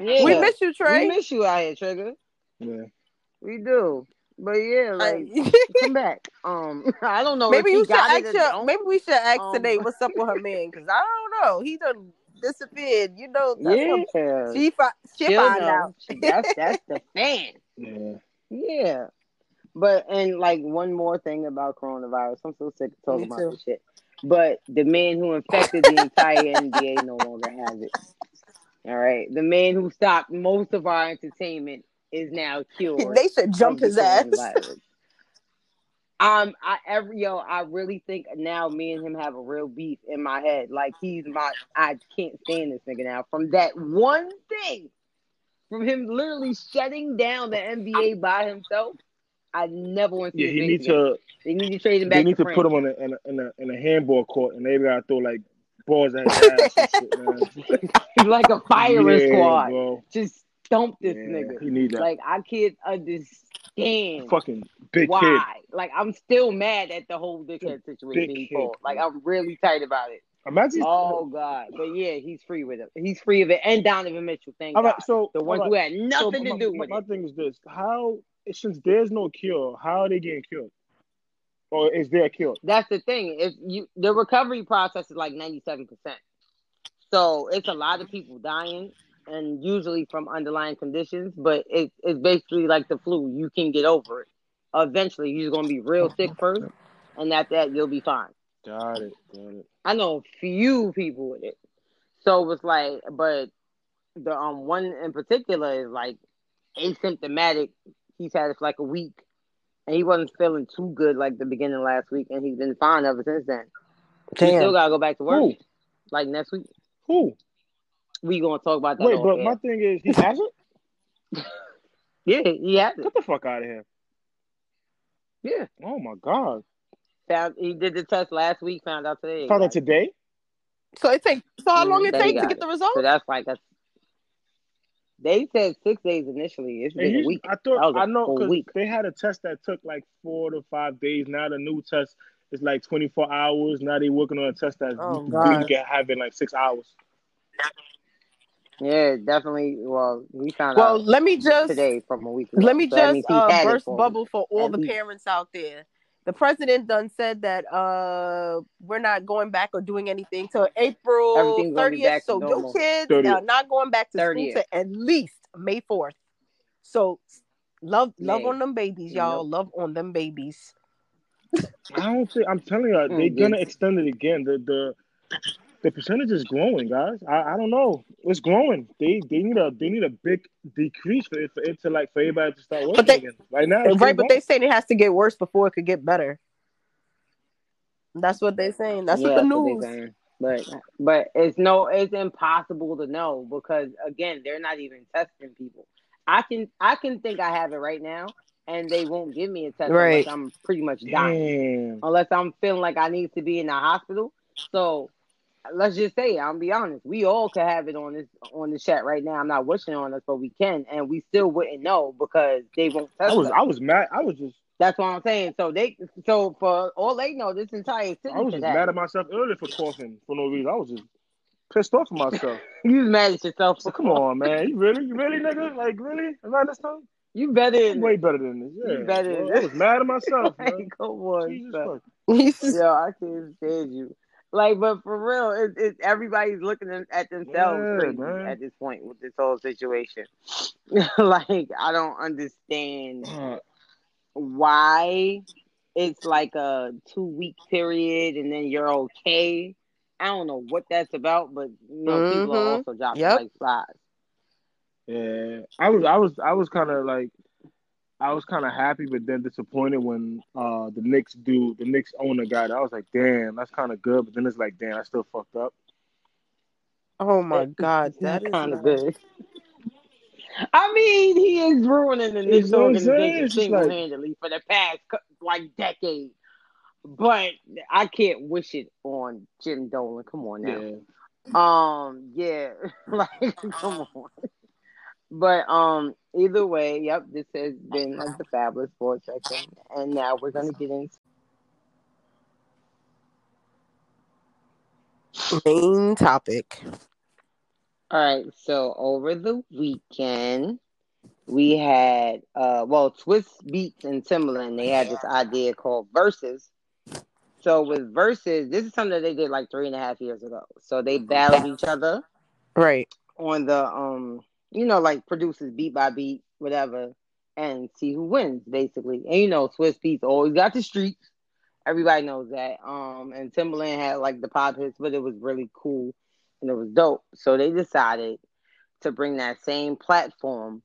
F: Yeah.
E: Yeah.
C: Yeah.
F: We miss you,
C: We
F: Trey.
C: miss you out here, Trigger.
E: yeah.
C: We do. But yeah, like
F: [laughs]
C: come back. Um, [laughs] I don't know.
F: maybe
C: if he
F: you should
C: got it
F: ask
C: or
F: your,
C: don't.
F: maybe we should ask
C: Um,
F: today what's up with her man because I don't know. He done disappeared. You know, that's what-
C: [laughs] yeah,
F: she fi- she
C: she'll
F: find
C: know.
F: out.
C: She- that's that's
F: [laughs]
C: the fan.
E: Yeah.
C: Yeah. But and like one more thing about coronavirus, I'm so sick of talking
F: Me
C: about
F: too.
C: this shit. But the man who infected the entire [laughs] NBA no longer has it. All right, the man who stopped most of our entertainment is now
F: [laughs]
C: cured.
F: They should jump
C: of the
F: his ass. [laughs]
C: coronavirus. Um, I every yo, I really think now me and him have a real beef in my head. Like he's my, I can't stand this nigga now. From that one thing, from him literally shutting down the NBA by himself, I never want to see.
E: Yeah.
C: his
E: He
C: face
E: needs
C: again.
E: to.
C: They need to trade him back.
E: They need to
C: France.
E: put him on a in a, in a in a handball court, and they gotta throw like balls
C: [laughs]
E: at his ass and shit, man.
C: like a [laughs] firing
E: Yeah,
C: squad.
E: bro.
C: Just stomp this
E: Yeah,
C: nigga.
E: He need that.
C: Like I can't understand.
E: fucking big
C: why?
E: kid.
C: Like I'm still mad at the whole dickhead situation
E: Big
C: he
E: kid,
C: pulled. Like
E: bro.
C: I'm really tight about it.
E: Imagine.
C: Oh God, but yeah, he's free with it. He's free of it, and Donovan Mitchell. Thank
E: all
C: God,
E: right. So
C: the ones
E: all
C: who
E: right,
C: had nothing
E: so
C: to do
E: my,
C: with
E: my
C: it.
E: thing is this: how since there's no cure, how are they getting cured? Or is there a cure?
C: That's the thing. If you the recovery process is like ninety seven percent, so it's a lot of people dying, and usually from underlying conditions. But it, it's basically like the flu. You can get over it. Eventually, you're gonna be real
E: Oh,
C: sick first, and after that, you'll be fine.
E: Got it. Got it.
C: I know few people with it. So it was like, but the um one in particular is like asymptomatic. He's had it for like a week, and he wasn't feeling too good like the beginning of last week, and he's been fine ever since then. He still gotta go back to work.
E: Who?
C: Like next week,
E: Who?
C: we gonna talk about that.
E: Wait,
C: off
E: but
C: air.
E: my thing is,
C: [laughs]
E: he has it.
C: yeah, [laughs] he had it.
E: Get the fuck out of here!
C: Yeah,
E: Oh my god!
C: found he did the test last week. Found out today. he
E: Found
C: got
E: out
C: it.
E: today.
F: So it take. So how
C: Mm,
F: long it
C: they
F: take to
C: got
F: get
C: it.
F: the result?
C: So that's like a. They said six days initially. It's
E: And
C: been a
E: you-
C: week.
E: I
C: That
E: thought
C: was a
E: I know
C: full
E: because
C: week.
E: they had a test that took like four to five days. Now the new test is like twenty four hours. Now they working on a test that
F: Oh,
E: you, can,
F: God.
E: you can have in like six hours.
C: Yeah, definitely. Well, we found
F: Well,
C: out
F: let me just
C: today from a week ago.
F: let me
C: So that
F: just
C: means he
F: uh,
C: had it
F: burst
C: for a week.
F: bubble for all
C: At
F: the
C: least.
F: parents out there. The president done said that uh, we're not going back or doing anything till April
C: Everything's gonna be
F: thirtieth.
C: back to
F: So your
C: normal.
F: kids
E: 30th.
F: are not going back to school
C: 30th.
F: to at least May fourth. So love love
C: May.
F: on them babies, y'all. Love on them babies.
E: I don't think I'm telling you, they're
C: Mm,
E: gonna
C: yes.
E: extend it again. The the the percentage is growing, guys. I, I don't know. It's growing. They they need a they need a big decrease for it for it to like for everybody to start working
F: they-
E: again. Right now, it's
F: right, but they
E: growing.
F: saying it has to get worse before it could get better. That's what they're saying. That's
C: yeah,
F: what the
C: that's they
F: news.
C: saying. But but it's no, it's impossible to know because again, they're not even testing people. I can I can think I have it right now, and they won't give me a test unless
F: Right.
C: I'm pretty much dying,
E: Damn.
C: unless I'm feeling like I need to be in the hospital. So let's just say, I'm be honest, we all could have it on this on the chat right now. I'm not wishing on us, but we can, and we still wouldn't know because they won't test
E: I was
C: us.
E: I was mad. I was just
C: That's what I'm saying. So they, so for all they know, this entire city
E: I was
C: could
E: just
C: have
E: mad
C: it.
E: at myself earlier for coughing for no reason. I was just pissed off at myself.
C: You was mad at yourself.
E: [laughs] So come on, man. You really, you really, nigga? Like really? Around this time?
C: You better. [laughs]
E: I'm way better than this. Yeah.
C: You better than
E: Well, I was mad at [laughs] myself.
C: Like,
E: man.
C: come on,
E: Jesus
C: son.
E: fuck.
C: Yo, I can't stand you. Like, but for real, it, it, everybody's looking at- at themselves
E: Yeah,
C: crazy
E: man.
C: at this point with this whole situation. [laughs] like, I don't understand
E: Uh,
C: why it's like a two week period and then you're okay. I don't know what that's about, but you know, people are
F: Mhm.
C: also dropping
F: Yep.
C: like flies.
E: Yeah, I was, I was, I was kind of like, I was kind of happy, but then disappointed when uh the Knicks dude, the Knicks owner got it. I was like, damn, that's kind of good, but then it's like, damn, I still fucked up.
F: Oh my god, that
C: That's
F: is
C: kind of
F: not-
C: good. I mean, he is ruining the Knicks
E: It's what I'm saying.
C: organization
E: It's just
C: single handedly for the past cou- like decade. But I can't wish it on Jim Dolan. Come on now.
E: Yeah,
C: Um, yeah, [laughs] like come on. But um, either way, yep, this has been like the fabulous sports section, and now we're gonna get into
F: main topic.
C: All right, so over the weekend we had uh well Swiss Beats and Timbaland they had this idea called Versus. So with Versus, this is something that they did like three and a half years ago. So they battled each other
F: Right.
C: on the um you know like produces beat by beat whatever and see who wins basically and you know swiss beats always got the streets everybody knows that um and timbaland had like the pop hits but it was really cool and it was dope so they decided to bring that same platform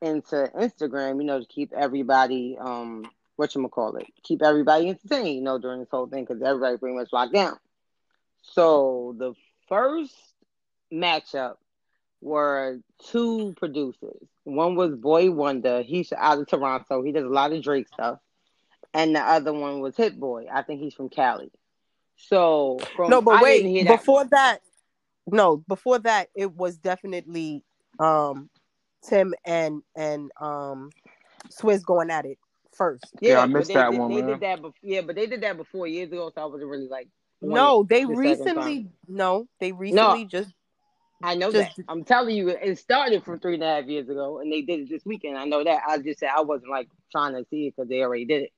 C: into instagram you know to keep everybody um what you call it keep everybody entertained you know during this whole thing because everybody pretty much locked down so the first matchup were two producers. One was Boy Wonder. He's out of Toronto. He does a lot of Drake stuff. And the other one was Hit Boy. I think he's from Cali. So from
F: No, but
C: I didn't hear
F: wait.
C: that
F: Before that, no, before that, it was definitely um Tim and and um Swizz going at it first.
E: Yeah, I
C: but
E: missed
C: they
E: that
C: did-
E: one,
C: They
E: man.
C: did that before. Yeah, but they did that before years ago. So I wasn't really like
F: No, they
C: the second
F: recently. No, they recently just
C: I know
F: Just-
C: that. I'm telling you, it started from three and a half years ago, and they did it this weekend. I know that. I just said I wasn't like trying to see it because they already did it.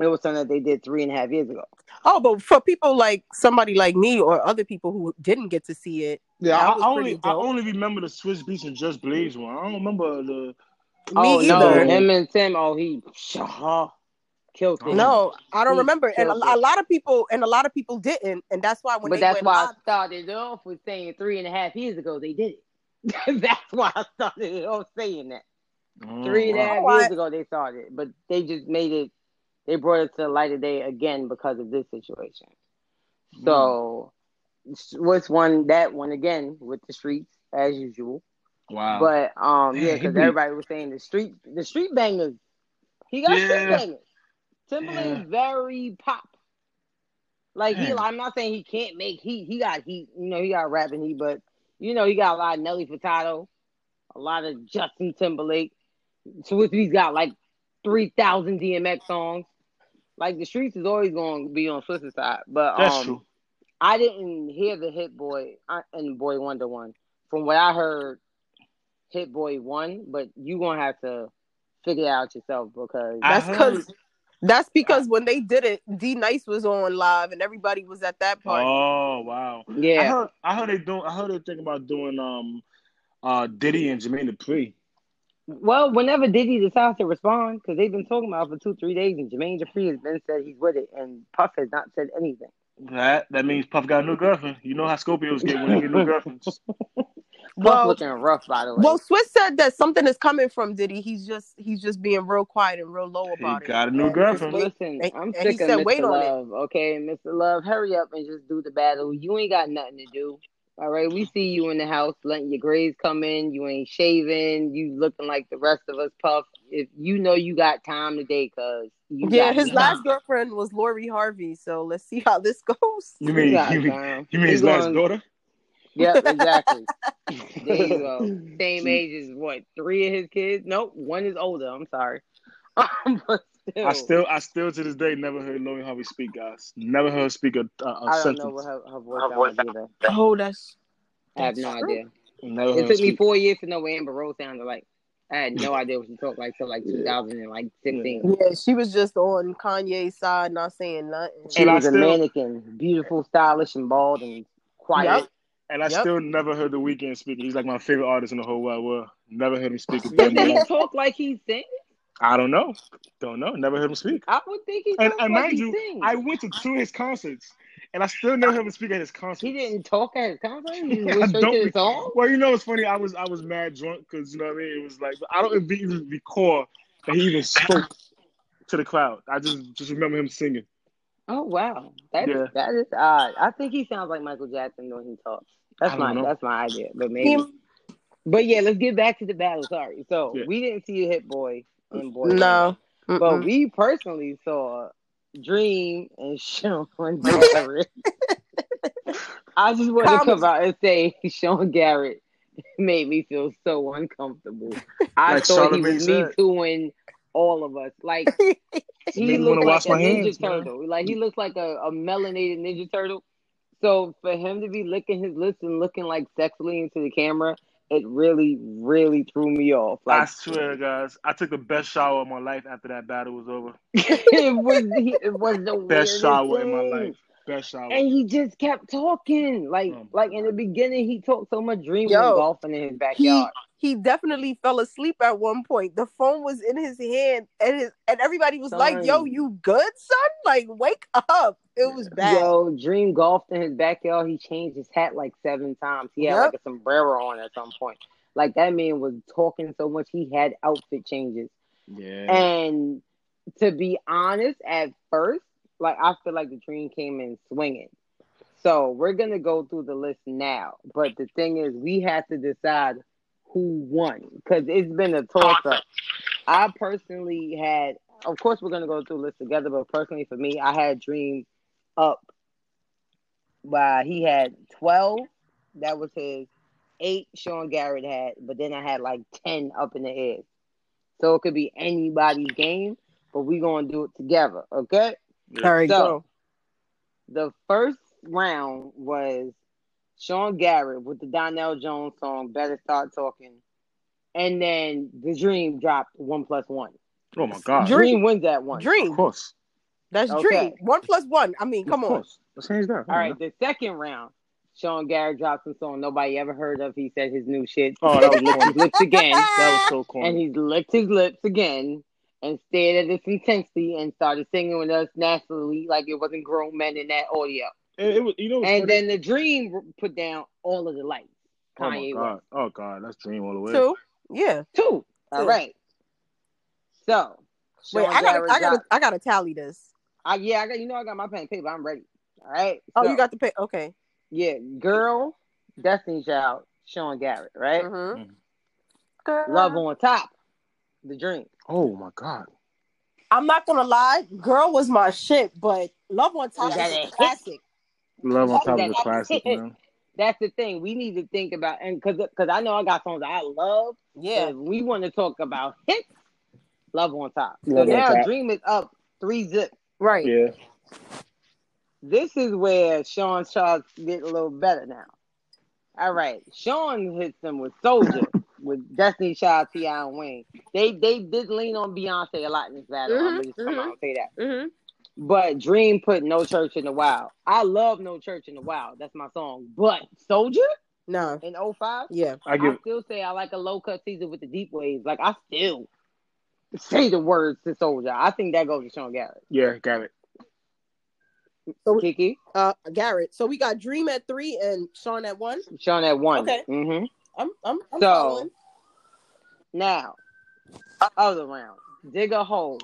C: It was something that they did three and a half years ago.
F: Oh, but for people like somebody like me or other people who didn't get to see it,
E: yeah.
F: That
E: I,
F: was
E: I
F: pretty
E: only, I
F: dope.
E: only remember the Swiss Beats and Just Blaze one. I don't remember the.
F: me
C: oh no,
F: either.
C: him and Tim. Oh, he pshaw, killed
E: No,
C: it.
F: No, I don't
C: He
F: remember. And a,
C: killed
F: a
C: it.
F: lot of people and a lot of people didn't, and that's why when
C: but
F: they
C: that's
F: went
C: why
F: live,
C: I started it off with saying three and a half years ago they did it. [laughs] that's why I started it off saying that
E: Oh,
C: three and a
E: wow.
C: half
F: Oh, I-
C: years ago they started, it, but they just made it. They brought it to the light of day again because of this situation.
E: Mm.
C: So, what's one that one again with the streets as usual?
E: Wow.
C: But um,
E: Man,
C: yeah,
E: he
C: because
E: be-
C: everybody was saying the street, the street bangers. He got street
E: Yeah.
C: bangers. Timberlake's
E: Yeah.
C: very pop. Like he,
E: Man.
C: I'm not saying he can't make heat. He got heat. You know, he got rapping heat, but you know, he got a lot of Nelly Furtado, a lot of Justin Timberlake. Swiss Beats got like three thousand DMX songs. Like the streets is always going to be on Swiss's side, but
E: that's
C: um,
E: true.
C: I didn't hear the Hit Boy uh, and Boy Wonder one. From what I heard, Hit Boy won, but you gonna have to figure it out yourself because
E: I
F: that's
E: heard-
F: because that's because when they did it, D Nice was on live and everybody was at that part.
E: Oh wow. I
C: yeah,
E: heard I heard they doing I heard they thinking about doing um uh Diddy and Jermaine Dupri.
C: well, whenever Diddy decides to respond, because they've been talking about it for two, three days, and Jermaine Dupri has been said he's with it, and Puff has not said anything.
E: That that means Puff got a new girlfriend. You know how Scorpios get when they get
C: [laughs]
E: new girlfriends.
C: Puff
F: well,
C: looking rough, by the way.
F: well, Swiss said that something is coming from Diddy. He's just he's just being real quiet and real low
E: he
F: about it.
E: got a new
F: And
E: girlfriend.
F: wait-
C: Listen,
F: and-
C: I'm
F: and he
C: sick of
F: said
C: Mr.
F: wait on it.
C: Love. Okay, Mr. Love, hurry up and just do the battle. You ain't got nothing to do. All right, we see you in the house letting your grays come in. You ain't shaving. You looking like the rest of us, Puff. If you know you got time today, cuz you
F: yeah,
C: got
F: his
C: time.
F: last girlfriend was Lori Harvey, so let's see how this [laughs] goes.
E: You mean
C: got
E: you mean,
C: time.
E: you mean his
C: He
E: last
C: gonna-
E: daughter?
C: Yep, exactly. there you
F: [laughs]
C: go. Same age as what? Three of his kids? Nope, one is older. I'm sorry. [laughs] but still,
E: [laughs] I still I still to this day never heard Lori Harvey speak, guys. Never heard her speak a, a, a
C: I don't know
E: sentence.
C: what her, her voice sounds like either.
F: Oh, that's
C: I have no
F: That's true.
C: idea.
E: Never heard
C: It
E: her
C: took me
E: speak.
C: four years to know what Amber Rose sounded like. I had no idea what she talked like till like 2016.
F: yeah. She was just on Kanye's side, not saying nothing.
C: She
E: And I
C: was a
E: still-
C: mannequin, beautiful, stylish, and bald and quiet.
F: Yep.
E: And I
F: Yep.
E: still never heard The Weeknd speak. He's like my favorite artist in the whole wide world. Never heard
C: [laughs]
E: him speak a day
C: Doesn't
E: in my
C: he
E: life.
C: talk like he sings?
E: I don't know. Don't know. Never heard him speak.
C: I would think he
E: And,
C: talks
E: and
C: like
E: mind
C: he
E: you,
C: sings.
E: I went to two of his concerts, and I still never heard him speak at his concert.
C: He didn't talk at his concert.
E: [laughs]
C: He just
E: I
C: went straight to
E: don't
C: the
E: be-
C: song.
E: Well, you know it's funny. I was I was mad drunk because you know what I mean. It was like I don't even recall that he even spoke to the crowd. I just just remember him singing.
C: Oh wow, that is
E: Yeah.
C: that is odd. I think he sounds like Michael Jackson when he talks. That's
E: I
C: my
E: don't know.
C: that's my idea, but maybe.
F: He,
C: But yeah, let's get back to the battle. Sorry, so
E: Yeah.
C: we didn't see Hit Boy and Boy Wonder.
F: no.
C: But
F: Mm-mm. [laughs]
C: we personally saw Dream and [laughs] Sean Garrett. I just want to
F: Comedy.
C: come out and say [laughs] Sean Garrett made me feel so uncomfortable. I
E: Like
C: thought he
E: Charlamagne
C: was me
E: said.
C: tooing all of us. Like
F: [laughs]
E: Made
C: he
E: me
C: looks
E: wanna
C: like
E: wash
C: a
E: my
C: ninja
E: hands, man.
C: turtle. Like he looks like a, a melanated ninja turtle. So for him to be licking his lips and looking like sexily into the camera, it really, really threw me off.
E: I
C: Like
E: swear, guys, I took the best shower of my life after that battle was over.
C: [laughs] it was it was the weirdest
E: Best shower
C: thing.
E: in my life. Best shower.
C: And he just kept talking. Like
E: Oh, my
C: like in the beginning he talked so much dream
F: Yo,
C: was golfing in his
F: he
C: backyard.
F: he definitely fell asleep at one point. The phone was in his hand, and his and everybody was like, "Yo,
C: Son.
F: you good, son? Like, wake up!" It was bad.
C: Yo, Dream golfed in his backyard. He changed his hat like seven times. He had
F: Yep.
C: like a sombrero on at some point. Like that man was talking so much he had outfit changes.
E: yeah.
C: And to be honest, at first, like I feel like the dream came in swinging. So we're gonna go through the list now. But the thing is, we have to decide who won because it's been a toss up. I personally had, of course, we're gonna go through the list together. But personally, for me, I had Dream up by he had twelve. That was his eight. Sean Garrett had, but then I had like ten up in the air. So it could be anybody's game, but we gonna do it together, okay?
F: All right,
C: So-
F: go.
C: The first round was Sean Garrett with the Donnell Jones song "Better Start Talking," and then the Dream dropped one plus one.
E: Oh my god.
F: Dream-
C: Dream wins that one.
E: Of
F: Dream.
E: course.
F: That's
C: Okay.
F: dream. One plus one. I mean, come
E: of
F: on.
E: course. Let's hands down.
C: All right, the second round, Sean Garrett dropped some song nobody ever heard of. He said his new shit.
E: Oh, that
C: [laughs]
E: was
C: he licked his
E: corny.
C: lips again,
E: That was so
C: and
E: corny.
C: he licked his lips again. And stared at us intensely and started singing with us nastily like it wasn't grown men in that audio.
E: It, it was, you know, what's
C: And
E: funny?
C: then the dream put down all of the lights.
E: oh my
C: Kanye
E: god.
C: West.
E: Oh god, that's dream all the way.
F: Two. Yeah.
C: Two. All
F: Two.
C: right. So
F: Wait,
C: Sean
F: I gotta,
C: Garrett
F: I gotta,
C: dropped-
F: I gotta tally this.
C: I- yeah, I got you know I got my pen and paper. I'm ready. All right.
F: Oh,
C: So,
F: you got the pay. Okay.
C: yeah, girl, Destiny Child, Sean Garrett, right?
F: Mm-hmm.
C: Love on top, the dream.
E: Oh my god.
F: I'm not gonna lie. Girl was my shit, but Love on Top
C: Yeah, that
F: is a
C: hit.
F: classic.
E: Love on top
C: That-
E: of the
C: [laughs]
E: classic, man.
C: That's the thing we need to think about, and because because I know I got songs I love. but
F: [laughs] Yeah.
C: If we want to talk about hits, love on top.
E: Love
C: so
E: on
C: now
E: top.
C: dream is up three zip.
F: Right.
E: Yeah.
C: this is where Sean Charles get a little better now. All right, Sean hits them with
E: [laughs]
C: Soldier, with Destiny Child, Ti, and Wayne. They they did lean on Beyonce a lot in this battle.
E: Mm-hmm,
C: I'm gonna just come out and say that.
F: Mm-hmm.
C: But Dream put No Church in the Wild. I love No Church in the Wild. That's my song. But Soldier
F: No.
C: in 05,
F: Yeah.
E: I
C: I
E: give
C: still say I like a low cut season with the deep waves. Like I still say the words to Soldier. I think that goes to Sean Garrett.
E: yeah, got it.
F: So we-
C: Kiki,
F: uh, Garrett. So we got Dream at three and Sean at one.
C: Sean at one.
F: Okay.
C: hmm
F: I'm, I'm,
C: So-
F: I'm following.
C: Now, other round. Dig a hole.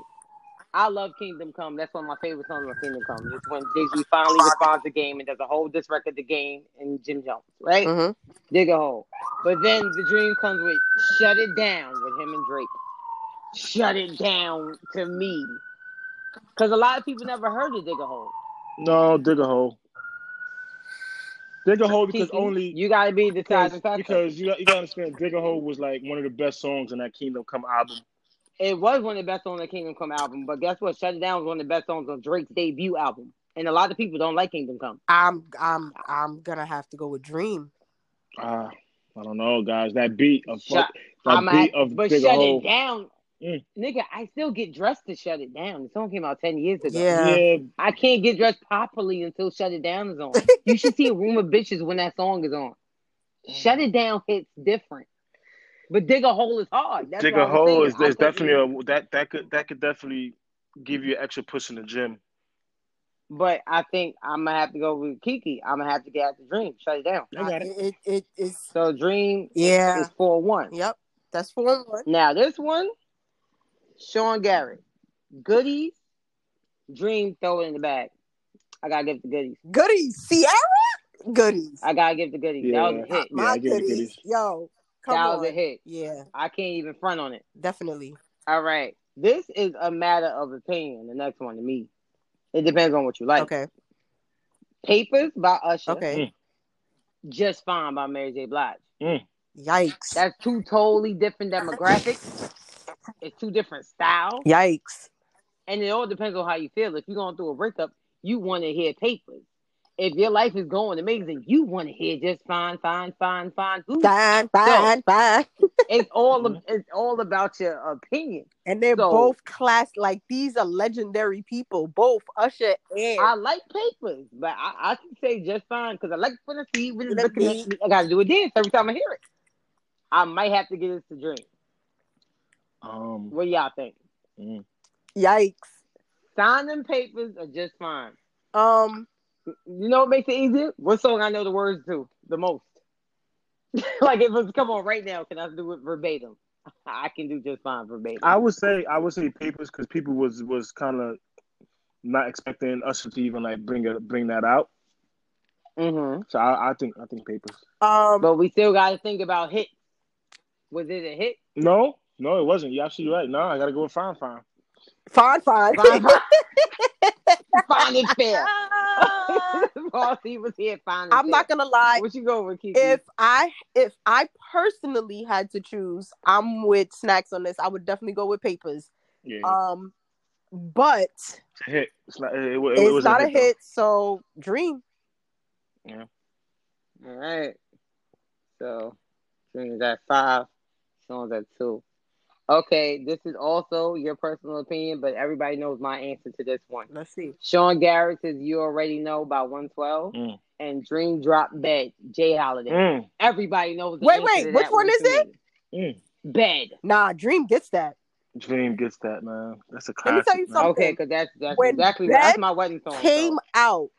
C: I love Kingdom Come. That's one of my favorite songs of Kingdom Come. It's when Jiggy finally responds to game and does a whole disc record to game and Jim Jones, right?
F: Mhm.
C: Dig a hole. But then the dream comes with Shut It Down with him and Drake. Shut It Down to me. Because a lot of people never heard of Dig a Hole.
E: No, dig a hole. Dig a hole Oh, because
C: Kiki,
E: only
C: You gotta be the
E: because,
C: deciding factor.
E: because you got you gotta understand dig a hole was like one of the best songs in that Kingdom Come album.
C: It was one of the best songs on the Kingdom Come album, but guess what? Shut It Down was one of the best songs on Drake's debut album. And a lot of people don't like Kingdom Come.
F: I'm I'm I'm gonna have to go with Dream.
E: Ah, I don't know, guys. That beat of fuck,
C: Shut-
E: that
C: I'm
E: beat
C: at-
E: of
C: but
E: dig a
C: shut
E: hole.
C: it down.
E: Mm.
C: Nigga, I still get dressed to shut it down. The song came out 10 years ago.
F: Yeah.
E: yeah,
C: I can't get dressed properly until Shut It Down is on. you should
F: [laughs]
C: see a room of bitches when that song is on. Shut It Down hits different. But Dig a Hole is hard. That's
E: dig
C: what
E: a
C: I'm
E: hole
C: saying.
E: is,
C: I
E: is
C: couldn't-
E: definitely a, that that could that could definitely give you an extra push in the gym.
C: But I think I'm going to have to go with Kiki. I'm going to have to get out the dream. Shut It Down.
E: I got it.
F: it, it is
C: So Dream
F: yeah.
C: is 4 1.
F: Yep. That's four and one.
C: Now this one, Sean Garrett, goodies, dream, throw it in the bag. I gotta give it the goodies.
F: Goodies. Sierra? Goodies.
C: I gotta give it the goodies. That was a hit.
E: Yeah, I give it goodies.
F: Yo. Come
C: That
F: on.
C: was a hit.
F: Yeah,
C: I can't even front on it.
F: definitely.
C: All right, this is a matter of opinion. The next one to me, it depends on what you like.
F: okay.
C: Papers by Usher,
F: Okay.
C: Just Fine by Mary J. Blige. Mm.
F: Yikes.
C: That's two totally different demographics. It's two different styles.
F: Yikes.
C: And it all depends on how you feel. If you're going through a breakup, you want to hear papers. If your life is going amazing, you want to hear just fine, fine, fine, fine. Ooh,
F: Fine, fine, fine.
C: it's
F: [laughs]
C: all it's all about your opinion.
F: And they're
C: So-
F: both class like these are legendary people, both Usher and
C: I like papers, but I, I can say just fine because I like when I see when it's
F: Let
C: looking
F: me-
C: at me. I got to do a dance every time I hear it. I might have to get this to drink.
E: Um,
C: What y'all think?
F: Yikes.
C: Signing papers are just fine.
F: Um
C: You know what makes it easier? What song I know the words to the most? [laughs] like if it's come on right now, can I do it verbatim? I can do just fine verbatim.
E: I would say I would say papers because people was was kind of not expecting Usher to even like bring it bring that out.
C: Mhm.
E: So I, I think I think papers.
F: um
C: But we still got to think about hits. Was it a
F: [laughs]
C: hit?
E: No, no, it wasn't. You're absolutely right. No, I gotta go with fine, fine.
F: fine fine.
C: Fine, fine. fine and fair. [laughs]
F: Ah.
C: Bossy was here. Fine. And
F: [laughs] I'm
C: fair.
F: not
C: [laughs]
F: gonna lie.
C: What you going with, Kiki?
F: If I if I personally had to choose, I'm with snacks on this. I would definitely go with papers.
E: Yeah,
F: Um but
E: it's a hit. It's not. It, it, it
F: it's
E: was
F: not a
E: though.
F: hit, so dream.
C: All right. So, Dream's at five. Sean's at two. Okay, this is also your personal opinion, but everybody knows my answer to this one.
F: Let's see.
C: Sean Garrett says you already know by 112
E: Mm.
C: and Dream Drop Bed, Jay Holiday.
E: Mm.
C: Everybody knows the
F: Wait,
C: answer
F: wait,
C: to
F: which
C: that
F: one is
C: to
E: it?
C: me. Bed.
F: Nah, Dream gets that.
E: Dream gets that man. That's a
F: Let me
E: classic.
F: tell you
E: man.
F: something.
C: Okay, because that's, that's
F: When
C: exactly
F: Bed
C: that's my wedding song. so-
F: Came out.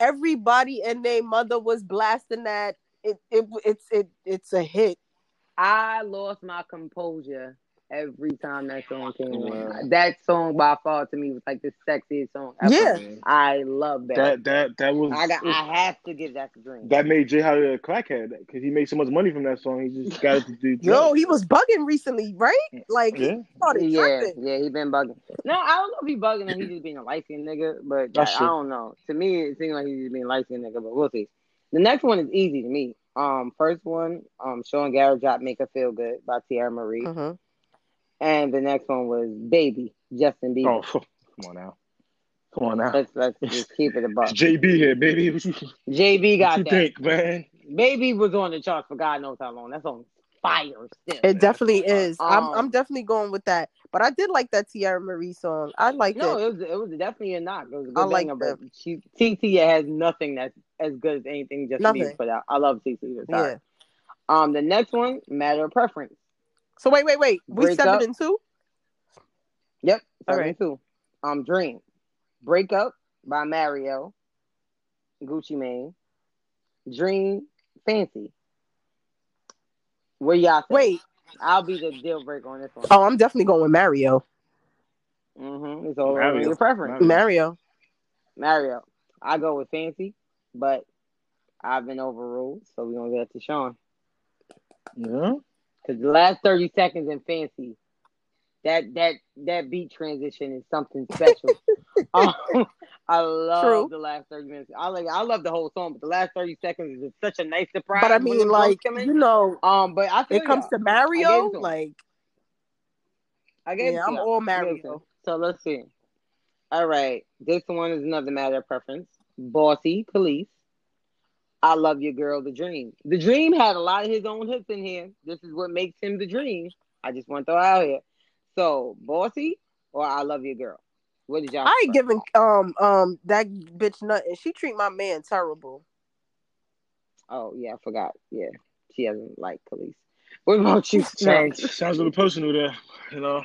F: Everybody and their mother was blasting that. It it it's it it's a hit.
C: I lost my composure every time that song came
E: Wow.
C: on. That song by far to me was like the sexiest song ever.
F: Yeah.
C: I love that.
E: That that that was
C: I got, I have to give that to Dream.
E: that made Jay Holiday a crackhead because he made so much money from that song. He just got it to
F: [laughs]
E: do.
F: Yo, he was bugging recently, right? Like he
E: yeah.
F: started
C: yeah,
F: tripping.
C: yeah, he been bugging. No, I don't know if he bugging or he just being a light skinned nigga, but
E: That's
C: I, I
E: true.
C: don't know. To me, it seems like he's just being a light skinned nigga, but we'll see. The next one is easy to me. Um, first one, um, Sean Garrett dropped "Make Her Feel Good" by Tierra Marie,
F: Mhm.
C: and the next one was "Baby" Justin Bieber.
E: Oh, [laughs] come on now, come on now.
C: Let's let's just keep it above.
E: It's JB here, baby. What you,
C: JB
E: what
C: got
E: you
C: that.
E: think, man?
C: Baby was on the charts for God knows how long. That song is fire still.
F: It definitely is. I'm
C: Um,
F: I'm definitely going with that. But I did like that Tiara Marie song. I liked
C: no,
F: it.
C: it was it was definitely a knock. It was a good
F: I like
C: banger, but she, TT has nothing that's as good as anything Justin
F: Nothing.
C: Bieber put out. I love TT. Sorry.
F: Yeah.
C: Um, the next one, matter of preference.
F: So wait, wait, wait. We
C: Break
F: seven
C: Up.
F: and two?
C: Yep,
F: All
C: seven
F: right.
C: and two. Um, Dream, Break Up by Mario, Gucci Mane, Dream, Fancy. Where y'all? think?
F: Wait.
C: I'll be the deal breaker on this one.
F: Oh, I'm definitely going with Mario.
C: Mm-hmm. It's all
E: Mario.
C: Mario. your preference.
E: Mario.
F: Mario.
C: Mario. I go with Fancy, but I've been overruled, so we're gonna get to Sean.
E: Yeah.
C: Cause the last thirty seconds in Fancy, that that that beat transition is something
F: [laughs]
C: special. Um, I love
F: True.
C: the last thirty minutes. I like I love the whole song, but the last thirty seconds is such a nice surprise.
F: But I
C: when the
F: mean,
C: drums
F: like
C: come in.
F: you know,
C: um, but I feel
F: it comes
C: y'all.
F: to Mario.
C: it to him.
F: Like
C: I gave it
F: yeah,
C: to
F: I'm
C: y'all.
F: all
C: I gave it to
F: Mario.
C: him. So let's see. All right, this one is another matter of preference. Bossy Police. I love your girl, The Dream. The Dream had a lot of his own hits in here. This is what makes him The Dream. I just want to throw out here. So Bossy or I love your girl. What did y'all?
F: I ain't
C: prefer?
F: giving um um that bitch nothing. She treat my man terrible.
C: Oh yeah, I forgot. Yeah, she doesn't like Police. What about you, [laughs] Smash?
E: Sounds sounds a little personal there. You know.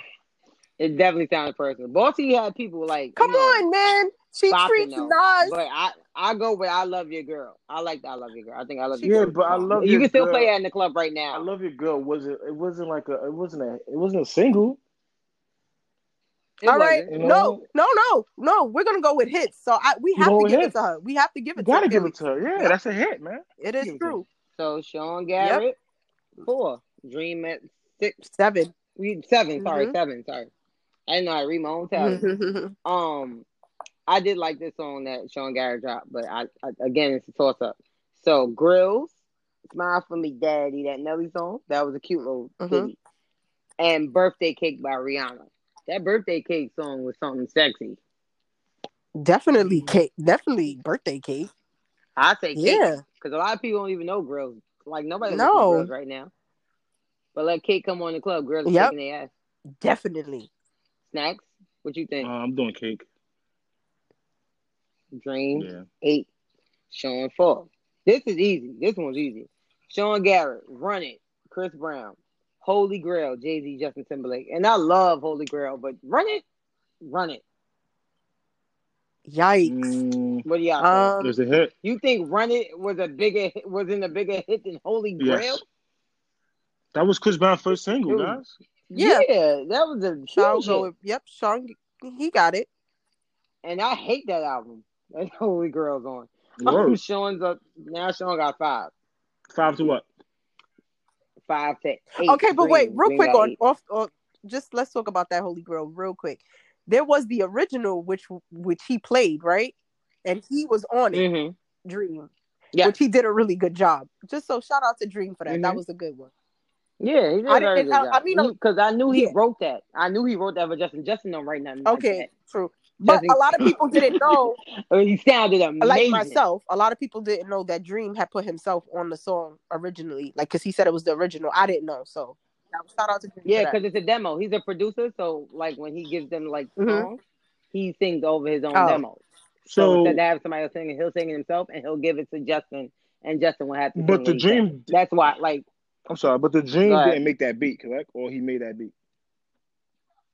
C: It definitely sounded personal. Bossy had people like
F: Come
C: you know,
F: on, man. She
C: bopping
F: treats
C: though.
F: Nas.
C: But I, I go with I love your girl. I like the I love your girl. I think I love
E: Yeah,
C: your girl.
E: but I Love
C: you
E: Your
C: can still
E: Girl-
C: play that in the club right now.
E: I love your girl. Was it? It wasn't like a. It wasn't a. It wasn't a single.
C: it
F: All right,
C: wasn't.
E: You know?
F: no, no, no, no. We're gonna go with hits. So I, we
E: You
F: have
E: go
F: to
E: with
F: give
E: hits.
F: it to her. We have to give
E: You
F: it.
E: gotta
F: to
E: give
F: him.
E: it to her. Yeah,
F: Yeah.
E: that's a hit, man.
F: It is
E: give it to
F: true.
C: So Sean Garrett four, Dream at six,
F: Seven.
C: we- seven. Sorry,
E: Mm-hmm.
F: Mhm.
C: seven. Sorry, I didn't know I read my own tally.
F: Mm-hmm.
C: [laughs] Um, I did like this song that Sean Garrett dropped, but I, I again it's a toss up. So Grills, Smile for Me, Daddy, that Nelly song that was a cute little
F: Mhm.
E: Mm-hmm.
C: ditty, and Birthday Cake by Rihanna. That Birthday Cake song was something sexy.
F: definitely cake. Definitely birthday cake.
C: I say cake
F: Yeah.
C: because a lot of people don't even know grills. Like nobody
F: No.
C: listens to grills right now. But let Kate come on the club. Grills are
F: Yep.
C: kicking their ass.
F: Definitely.
C: Snacks. What you
E: Uh,
C: think?
E: I'm doing cake.
C: Dream
E: Uh, Yeah.
C: eight. Sean four. This is easy. This one's easy. Sean Garrett, Run It, Chris Brown, Holy Grail, Jay Z, Justin Timberlake, and I love Holy Grail, but Run It, Run It.
F: Yikes.
E: Mm,
C: What do y'all think?
E: it
F: Um.
E: was a hit.
C: You think Run It was a bigger hit- was in a bigger hit than Holy
E: Yes.
C: Grail?
E: That was Chris Brown's first single,
C: Dude.
E: guys.
F: Yeah.
C: that was a huge
F: So I'll go
C: hit.
F: with yep. Sean. He got it.
C: And I hate that album. [laughs] That Holy Girls on. Oh. [laughs]
E: Word.
C: Sean's up now. Sean got five,
E: Five to what?
C: five to eight.
F: Okay, but wait,
C: Green-
F: real
C: Green
F: quick
C: got
F: on
C: eight.
F: off, off just let's talk about that Holy Grail real quick. There was the original which which he played, right? And he was on it,
C: Mhm.
E: Mm-hmm.
F: Dream.
C: Yeah.
F: Which he did a really good job. Just so shout out to Dream for that.
C: Mhm.
F: That was a good one.
C: Yeah, he did
F: I
C: a very
F: didn't-
C: good
F: I-
C: job.
F: I mean, uh,
C: because I knew he
F: yeah.
C: wrote that. I knew he wrote that for Justin. Justin don't write nothing. like
F: Okay,
C: that.
F: true. But
C: Justin-
F: a
C: [laughs]
F: lot of people didn't know,
C: I mean, he sounded amazing.
F: like myself, a lot of people didn't know that Dream had put himself on the song originally, like because he said it was the original. I didn't know, so shout out to Dream.
C: Yeah,
F: for that.
C: because it's a demo. He's a producer, so like when he gives them like
F: Mhm.
C: songs, he sings over his own
F: Oh.
C: demo. So,
E: So,
C: instead of having somebody else singing, he'll sing it himself, and he'll give it to Justin, and Justin will have to. sing
E: but the
C: what he said.
E: dream.
C: That's why, like,
E: I'm sorry, but the dream
C: Go ahead.
E: didn't make that beat, correct? Or he made that beat.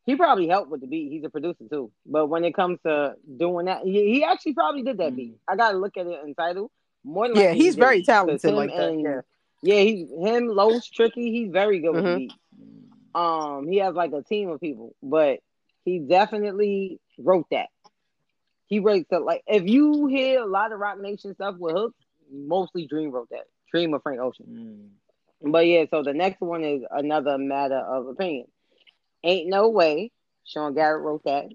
C: He probably helped with the beat. He's a producer too. But when it comes to doing that, he, he actually probably did that beat. I gotta look at it in title. More than
F: Mm. Yeah,
C: likely he
F: he's
C: did.
F: very
C: 'Cause
F: talented
C: him
F: like that,
C: and-
F: yeah.
C: yeah, he him Los Tricky. He's very good with
F: Mhm.
C: beats. Um, he has like a team of people, but he definitely wrote that. He wrote that. Like if you hear a lot of Rock Nation stuff with hooks, mostly Dream wrote that. Dream of Frank Ocean. But yeah, so the next one is another matter of opinion. Ain't no way Sean Garrett wrote that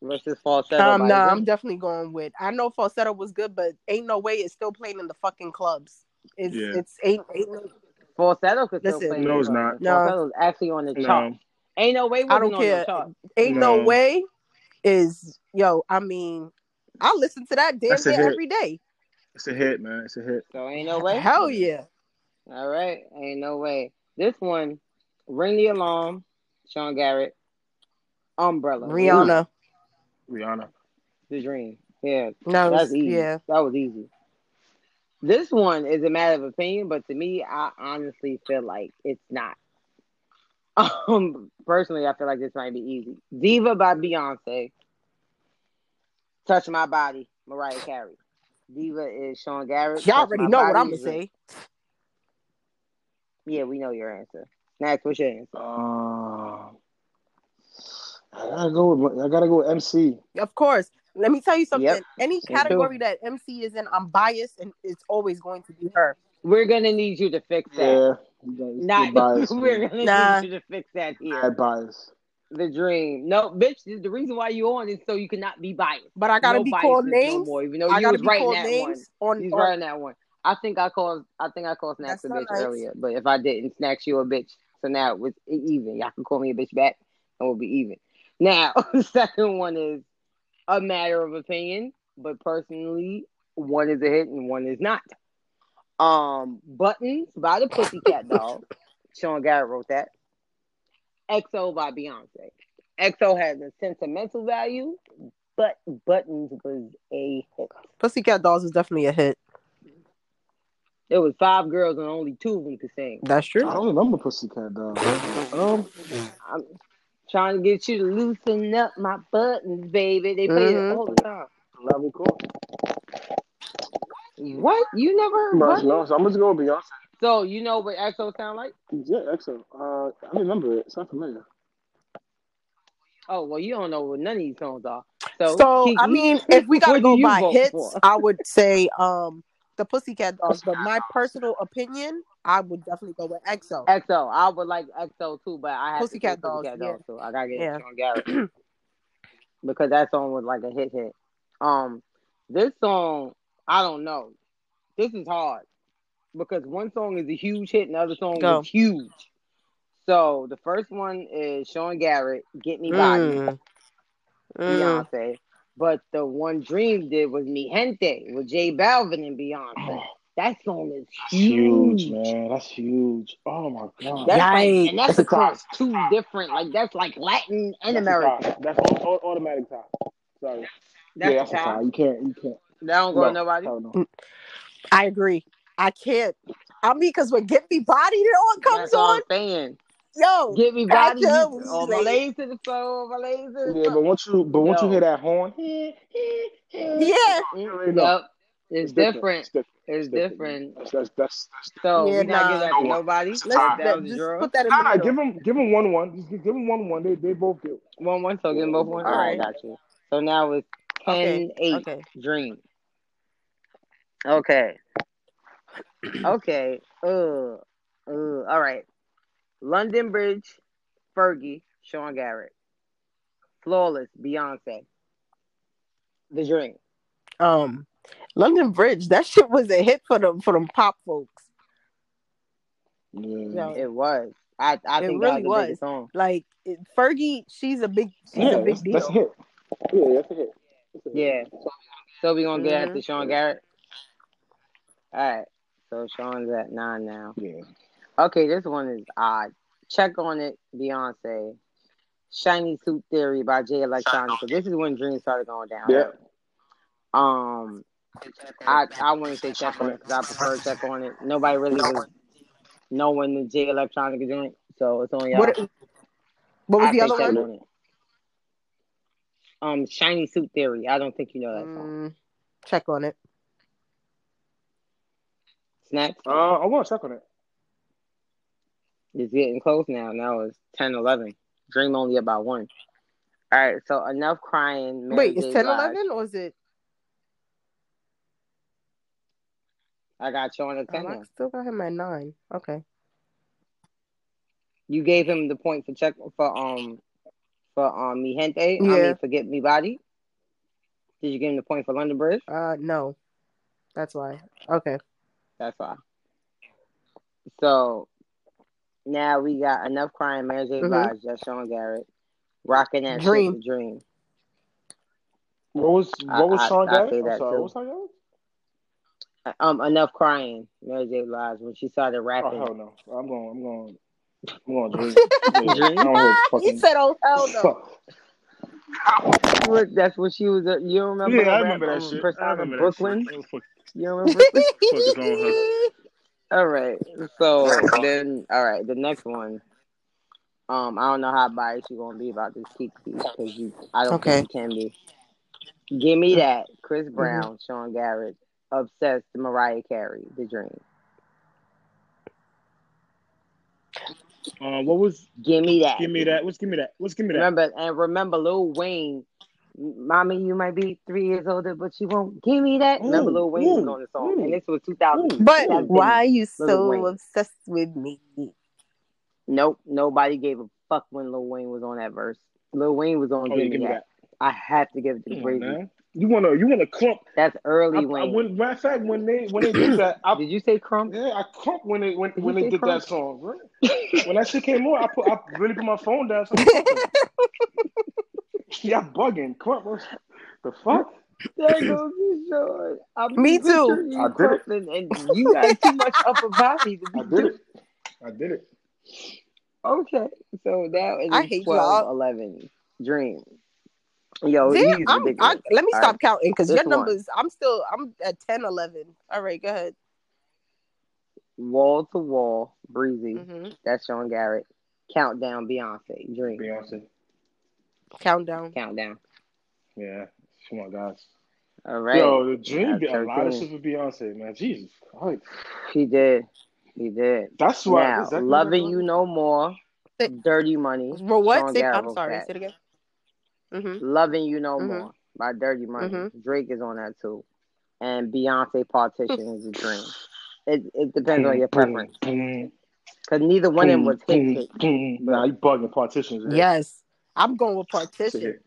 C: versus falsetto.
F: Um,
C: by
F: nah,
C: Drake.
F: I'm definitely going with. I know falsetto was good, but ain't no way it's still playing in the fucking clubs. It's
E: Yeah.
F: it's ain't, ain't no,
C: falsetto could still
F: Listen.
C: play.
E: No, it's
C: in the
E: not.
C: club.
F: No.
C: Falsetto's actually on the chart.
E: No.
C: Ain't no way.
F: I don't
C: wasn't on the
F: care.
C: chart.
F: ain't no.
E: No.
F: way. Is yo, I mean, I listen to that damn
E: That's a
F: near
E: hit.
F: every day.
E: It's a hit, man. It's a hit.
C: So ain't no way.
F: Hell yeah.
C: All right, ain't no way. This one, ring the alarm. Sean Garrett, Umbrella,
F: Rihanna.
E: Rihanna.
C: the dream. Yeah,
F: No,
C: that's
F: it's-
C: easy.
F: yeah.
C: That was easy. This one is a matter of opinion, but to me, I honestly feel like it's not. [laughs] Um, personally, I feel like this might be easy. Diva by Beyonce. Touch My Body, Mariah Carey. Diva is Sean Garrett.
F: Y'all
C: Touch
F: already
C: My
F: know what
C: Body
F: I'm gonna
C: is Drake.
F: say.
C: Yeah, we know your answer. Next, what's your answer?
E: Uh, I gotta go. With, my- I gotta go with MC.
F: Of course. Let me tell you something.
C: Yep.
F: Any
C: do.
F: category that MC is in, I'm biased, and it's always going to be her.
C: We're gonna need you to fix that.
E: Yeah,
C: [laughs] Not
E: bias.
C: we're gonna
F: Nah.
C: need you to fix that here.
E: Bad bias.
C: The dream. No, bitch. The the reason why you on is so you cannot be biased.
F: But I gotta
C: No
F: be
C: biases
F: called
C: no
F: names.
C: more, even though
F: I
C: you
F: gotta
C: was
F: be
C: writing
F: called
C: that
F: names
C: one.
F: on.
C: He's
F: on-
C: writing that one. I think I called. I think I called Snacks
F: That's
C: a
F: not
C: bitch
F: nice.
C: earlier, but if I didn't, Snacks you a bitch. So now it's even. Y'all can call me a bitch back, and we'll be even. Now, [laughs] second one is a matter of opinion, but personally, one is a hit and one is not. Um, buttons by the
F: [laughs]
C: Pussycat Doll. Sean Garrett wrote that. EXO by Beyonce. EXO has a sentimental value, but Buttons was a hit.
F: Pussycat Dolls is definitely a hit.
C: There was five girls and only two of them could sing.
F: That's true.
E: I don't remember Pussycat Doll. Um,
C: I'm trying to get you to loosen up my buttons, baby. They play
F: Mhm.
C: it all the time.
E: Lavi Cole.
C: What? You never heard
E: But
C: Buttons?
E: no, so I'm just going with Beyonce.
C: So you know what EXO sound like?
E: Yeah, excellent. Uh, I remember it. It's not familiar.
C: Oh well, you don't know what none of these songs are. So,
F: So,
C: Kiki, [laughs]
F: I mean, if we gotta
C: what
F: go
C: do you
F: by
C: vote
F: hits,
C: for?
F: I would say um the Pussycat Dolls. But my personal opinion, I would definitely go with EXO.
C: EXO. I would like EXO too, but I have
F: Pussycat
C: to say
F: Dolls,
C: Pussycat
F: yeah.
C: Dolls too. I gotta get
F: Yeah.
C: Sean Garrett [clears throat] because that song was like a hit hit. Um, this song I don't know. This is hard because one song is a huge hit and the other song
F: Go.
C: was huge. So the first one is Sean Garrett, "Get Me Body,"
F: Mm. Mm.
C: Beyonce. But the one Dream did was "Mi Gente" with J Balvin and Beyonce. That song is
E: Huge,
C: huge.
E: man. That's huge. Oh my god.
C: That's
F: Yikes.
C: like, and that's
E: That's a
C: across two different, like that's like Latin and
E: That's a
C: American.
E: tie. That's au- au- automatic tie. Sorry.
C: That's,
E: yeah, that's
C: a
E: a tie.
C: time.
E: You can't. You can't.
C: That don't go to nobody.
E: Oh, no.
F: I agree. I can't. I mean, because when Get Me Body, it all comes
C: that's all
F: on.
C: I'm saying.
F: Yo,
C: Get me
F: Gotcha,
C: body, you-
F: we
C: all my
F: late.
C: legs to the floor, my legs to the
E: Yeah, but
C: floor.
E: once you but once
C: No.
E: you hear that horn,
F: yeah.
E: already
C: Mm,
E: know.
C: Yep, it's
E: It's
C: different.
E: different.
C: It's different.
E: That's that's that's. that's
C: So
F: Yeah,
C: we not
F: nah.
C: giving that to nobody.
E: Let's-
F: Let's
C: that was a
F: just
C: draw.
F: put that in
E: Nah,
F: the
E: nah,
F: middle.
E: give them give them one one. Just give them one one. They they both get.
C: One one, so give them both one.
E: All
C: All right,
F: right.
C: got you. So now it's 10
F: Okay,
C: 8
F: okay.
C: dream. Okay. okay. Uh, uh, all right. London Bridge, Fergie, Sean Garrett. Flawless, Beyonce. The Dream.
F: Um, London Bridge. That shit was a hit for them for them pop folks.
E: Yeah.
C: It was. I, I
F: It
C: think that was
F: really
C: the
F: was.
C: biggest song.
F: Like it, Fergie, she's a big, she's
E: Yeah,
F: a big
E: that's,
F: deal.
E: that's a hit. Yeah, that's a hit. That's a hit.
C: Yeah. So we gonna get
F: Mhm.
C: after Sean Garrett. All right. So Sean's at nine now.
E: Yeah.
C: Okay, this one is odd. Check on it, Beyonce. Shiny Suit Theory by Jay Electronica. This is when dreams started going down.
E: Yeah.
C: Um, I I wouldn't say check on it because I prefer check on it. Nobody really was knowing the Jay Electronica joint, so it's on y'all.
F: What, what was
C: I
F: the
C: say
F: other
C: check
F: one?
C: on it. Um, Shiny Suit Theory. I don't think you know that song.
F: Mm, check on it.
C: Snacks.
E: Uh, I want to check on it.
C: It's getting close now. Now it's 10 11. Dream only about one. All right, so enough crying. Mary
F: Wait,
C: J.
F: it's 10,
C: Blige.
F: 11 or is it?
C: I got you on the 10
F: Um, I
C: one.
F: still got him at nine. Okay.
C: You gave him the point for check for um for um mi gente. I
F: Yeah.
C: mean forget me body. Did you give him the point for London Bridge?
F: Uh, no, that's why. Okay.
C: That's why. So now we got enough crying. Mary J.
F: Mhm.
C: Blige, just Sean Garrett, rocking that
F: Dream.
C: Shit, the dream.
E: What was
C: I-
E: what was
C: I-
E: Sean
C: I
E: Garrett?
C: say
E: I'm
C: that
E: sorry,
C: too.
E: what was Sean Garrett?
C: Um, enough crying. Mary J. Blige when she started
E: Oh
C: rapping.
E: hell no! I'm going. I'm going. I'm going. Dream. Yeah, I don't hear
F: he [laughs]
E: fucking.
F: said, "Oh hell [laughs] no."
E: [laughs] Fuck.
C: Look, that's when she was. A, you don't remember?
E: Yeah,
C: her
E: I
C: rap um,
E: remember that
C: on
E: shit. I
C: Persona
E: remember
C: Brooklyn.
E: that shit. Oh, fuck.
C: You remember Brooklyn?
E: is wrong with
C: all right. So
E: [laughs]
C: then, all right. The next one. Um, I don't know how biased you're gonna be about this Kiki because you. I don't
F: Okay. Mm-hmm.
C: think you can be. Give me that, Chris Brown, Sean Garrett, obsessed, Mariah Carey, The Dream.
E: Uh, what was
C: Give me that.
E: give me that? What's give me that? What's give me that?
C: Remember and remember, Lil Wayne. Mommy, you might be three years older, but you won't give me that. remember,
E: Ooh,
C: Lil Wayne was
E: ooh,
C: on the song,
E: ooh,
C: and this was 2000.
E: ooh.
F: But
C: That's
F: why are you
C: Lil
F: so
C: Wayne.
F: obsessed with me?
C: Nope, nobody gave a fuck when Lil Wayne was on that verse. Lil Wayne was on
E: Oh,
C: give,
E: yeah,
C: me that. I have to give it to
E: Come on,
C: Brady.
E: man. You wanna you wanna clump?
C: That's
E: I,
C: early
E: I,
C: Wayne.
E: when, matter of fact, when they when they did that, I,
C: Did you say Crump?
E: yeah, I clumped when they when,
C: you
E: when they
C: say
E: did
C: clump?
E: that song. Right? when that shit came on, I put I really put my phone down. So I'm clumping. Y'all bugging clump? what The fuck?
C: There goes you, Sean. I'm
F: Me too.
C: picturing you
E: I did it.
C: crumping, and you got too much upper body to be
E: I did
C: doing.
E: it. I did it.
C: Okay, so now it
F: I
C: is
F: hate
C: 12,
F: y'all.
C: 11. Dream. Yo,
F: Damn,
C: Oh, he's
F: I'm, I,
C: ridiculous.
F: let me
C: All
F: stop
C: right.
F: counting because
C: This
F: your
C: one.
F: numbers, I'm still, I'm at 10, 11. All right, go ahead.
C: Wall to wall, breezy.
F: hmm
C: That's Sean Garrett. Countdown, Beyonce. Dream.
E: Beyonce.
F: Countdown.
C: Countdown.
E: Yeah. Oh Come on, guys.
C: All right.
E: Yo, the dream.
C: That's
E: Be, a lot of
C: 13.
E: shit with Beyonce, man. Jesus Christ.
C: He did. He did.
E: That's why.
C: Now,
E: exactly what I
C: loving
E: thought.
C: you no more.
F: Say-
C: Dirty money.
F: Well, what?
C: Sean
F: Say,
C: Garrett
F: I'm
C: wrote
F: sorry.
C: that.
F: Say it again. hmm
C: Loving You No
F: Mhm.
C: More by Dirty Money.
F: Mhm.
C: Drake is on that too. And Beyonce Partition is a
F: [laughs]
C: dream. It, it depends on your preference.
E: Boom,
C: Because neither one of them was
E: boom,
C: hit
E: boom,
C: hits.
E: boom. Nah, you bugging partitions. Yeah.
F: Yes. I'm going with
E: Sit
F: partition.
E: here.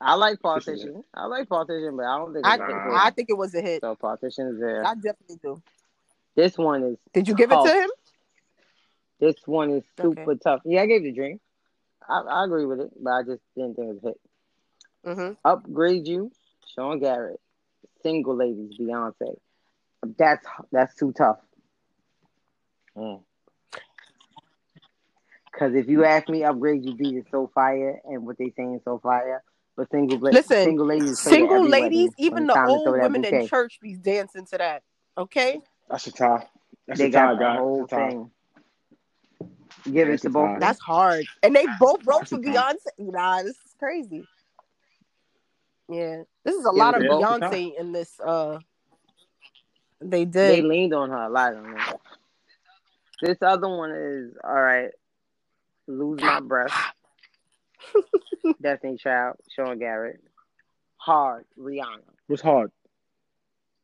C: I like
E: is it.
C: Partition. I like Partition, but I don't think
F: I,
C: it's
E: Nah.
C: hit
F: I
C: hits.
F: think it was a hit.
C: So Partition's there.
F: I definitely do.
C: This one is
F: Did you give it
C: tough.
F: to him?
C: This one is
F: Okay.
C: super tough. Yeah, I gave the dream. I, I agree with it, but I just didn't think it was a hit.
F: Mm-hmm.
C: Upgrade You, Sean Garrett. Single Ladies, Beyonce. That's that's too tough.
E: Mm.
C: Because if you ask me, upgrade you beat is so fire, and what they saying so fire. But single, la-
F: Listen,
C: single ladies, play at
F: Single
C: every
F: ladies,
C: wedding when
F: even
C: it's
F: the
C: time to
F: old
C: throw that
F: women in
C: bouquet.
F: church be dancing to that. Okay?
E: That's a tie. That's
C: they
E: a tie,
C: got the
E: guys.
C: whole
E: That's a tie.
C: thing. Give it
E: That's
C: to
E: a
C: both
E: tie.
C: of them.
F: That's hard. And they both wrote
E: That's
F: for
E: a tie.
F: Beyonce. Nah, this is crazy. Yeah. This is a
C: Give
F: lot
C: it
F: of
C: to
E: Yeah, that's a tie.
F: Beyonce in this uh they
C: They
F: did.
C: leaned on her a lot on this. This other one is all right. Lose my [laughs] breath. Destiny Child, Sean Garrett. Hard, Rihanna.
E: What's hard?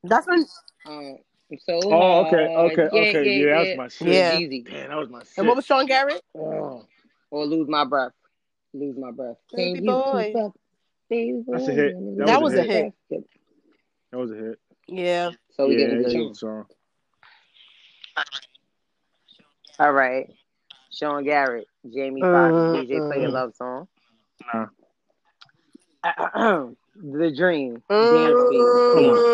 F: That's when
C: Um, so
E: Oh, okay,
C: hard.
E: okay,
C: yeah,
E: okay.
C: yeah,
E: Yeah, that
C: yeah.
E: was my shit.
F: Yeah.
C: Jeezy.
E: Damn, that was my shit.
F: and what was Sean Garrett?
E: Oh,
C: or lose my breath. Lose my breath.
F: Baby
C: Can you
F: boy.
C: keep up? Baby
E: That's a hit.
C: boy?
E: That
F: That was a was a hit.
E: that was a hit.
F: Yeah.
C: So Oh, we
E: yeah,
C: get a
E: it's a
C: good.
E: good song.
C: All right. Sean Garrett, Jamie Foxx,
F: Mm,
C: DJ Play a
F: mm.
C: Love Song.
E: Nah.
C: [clears throat] the Dream, Dance for You.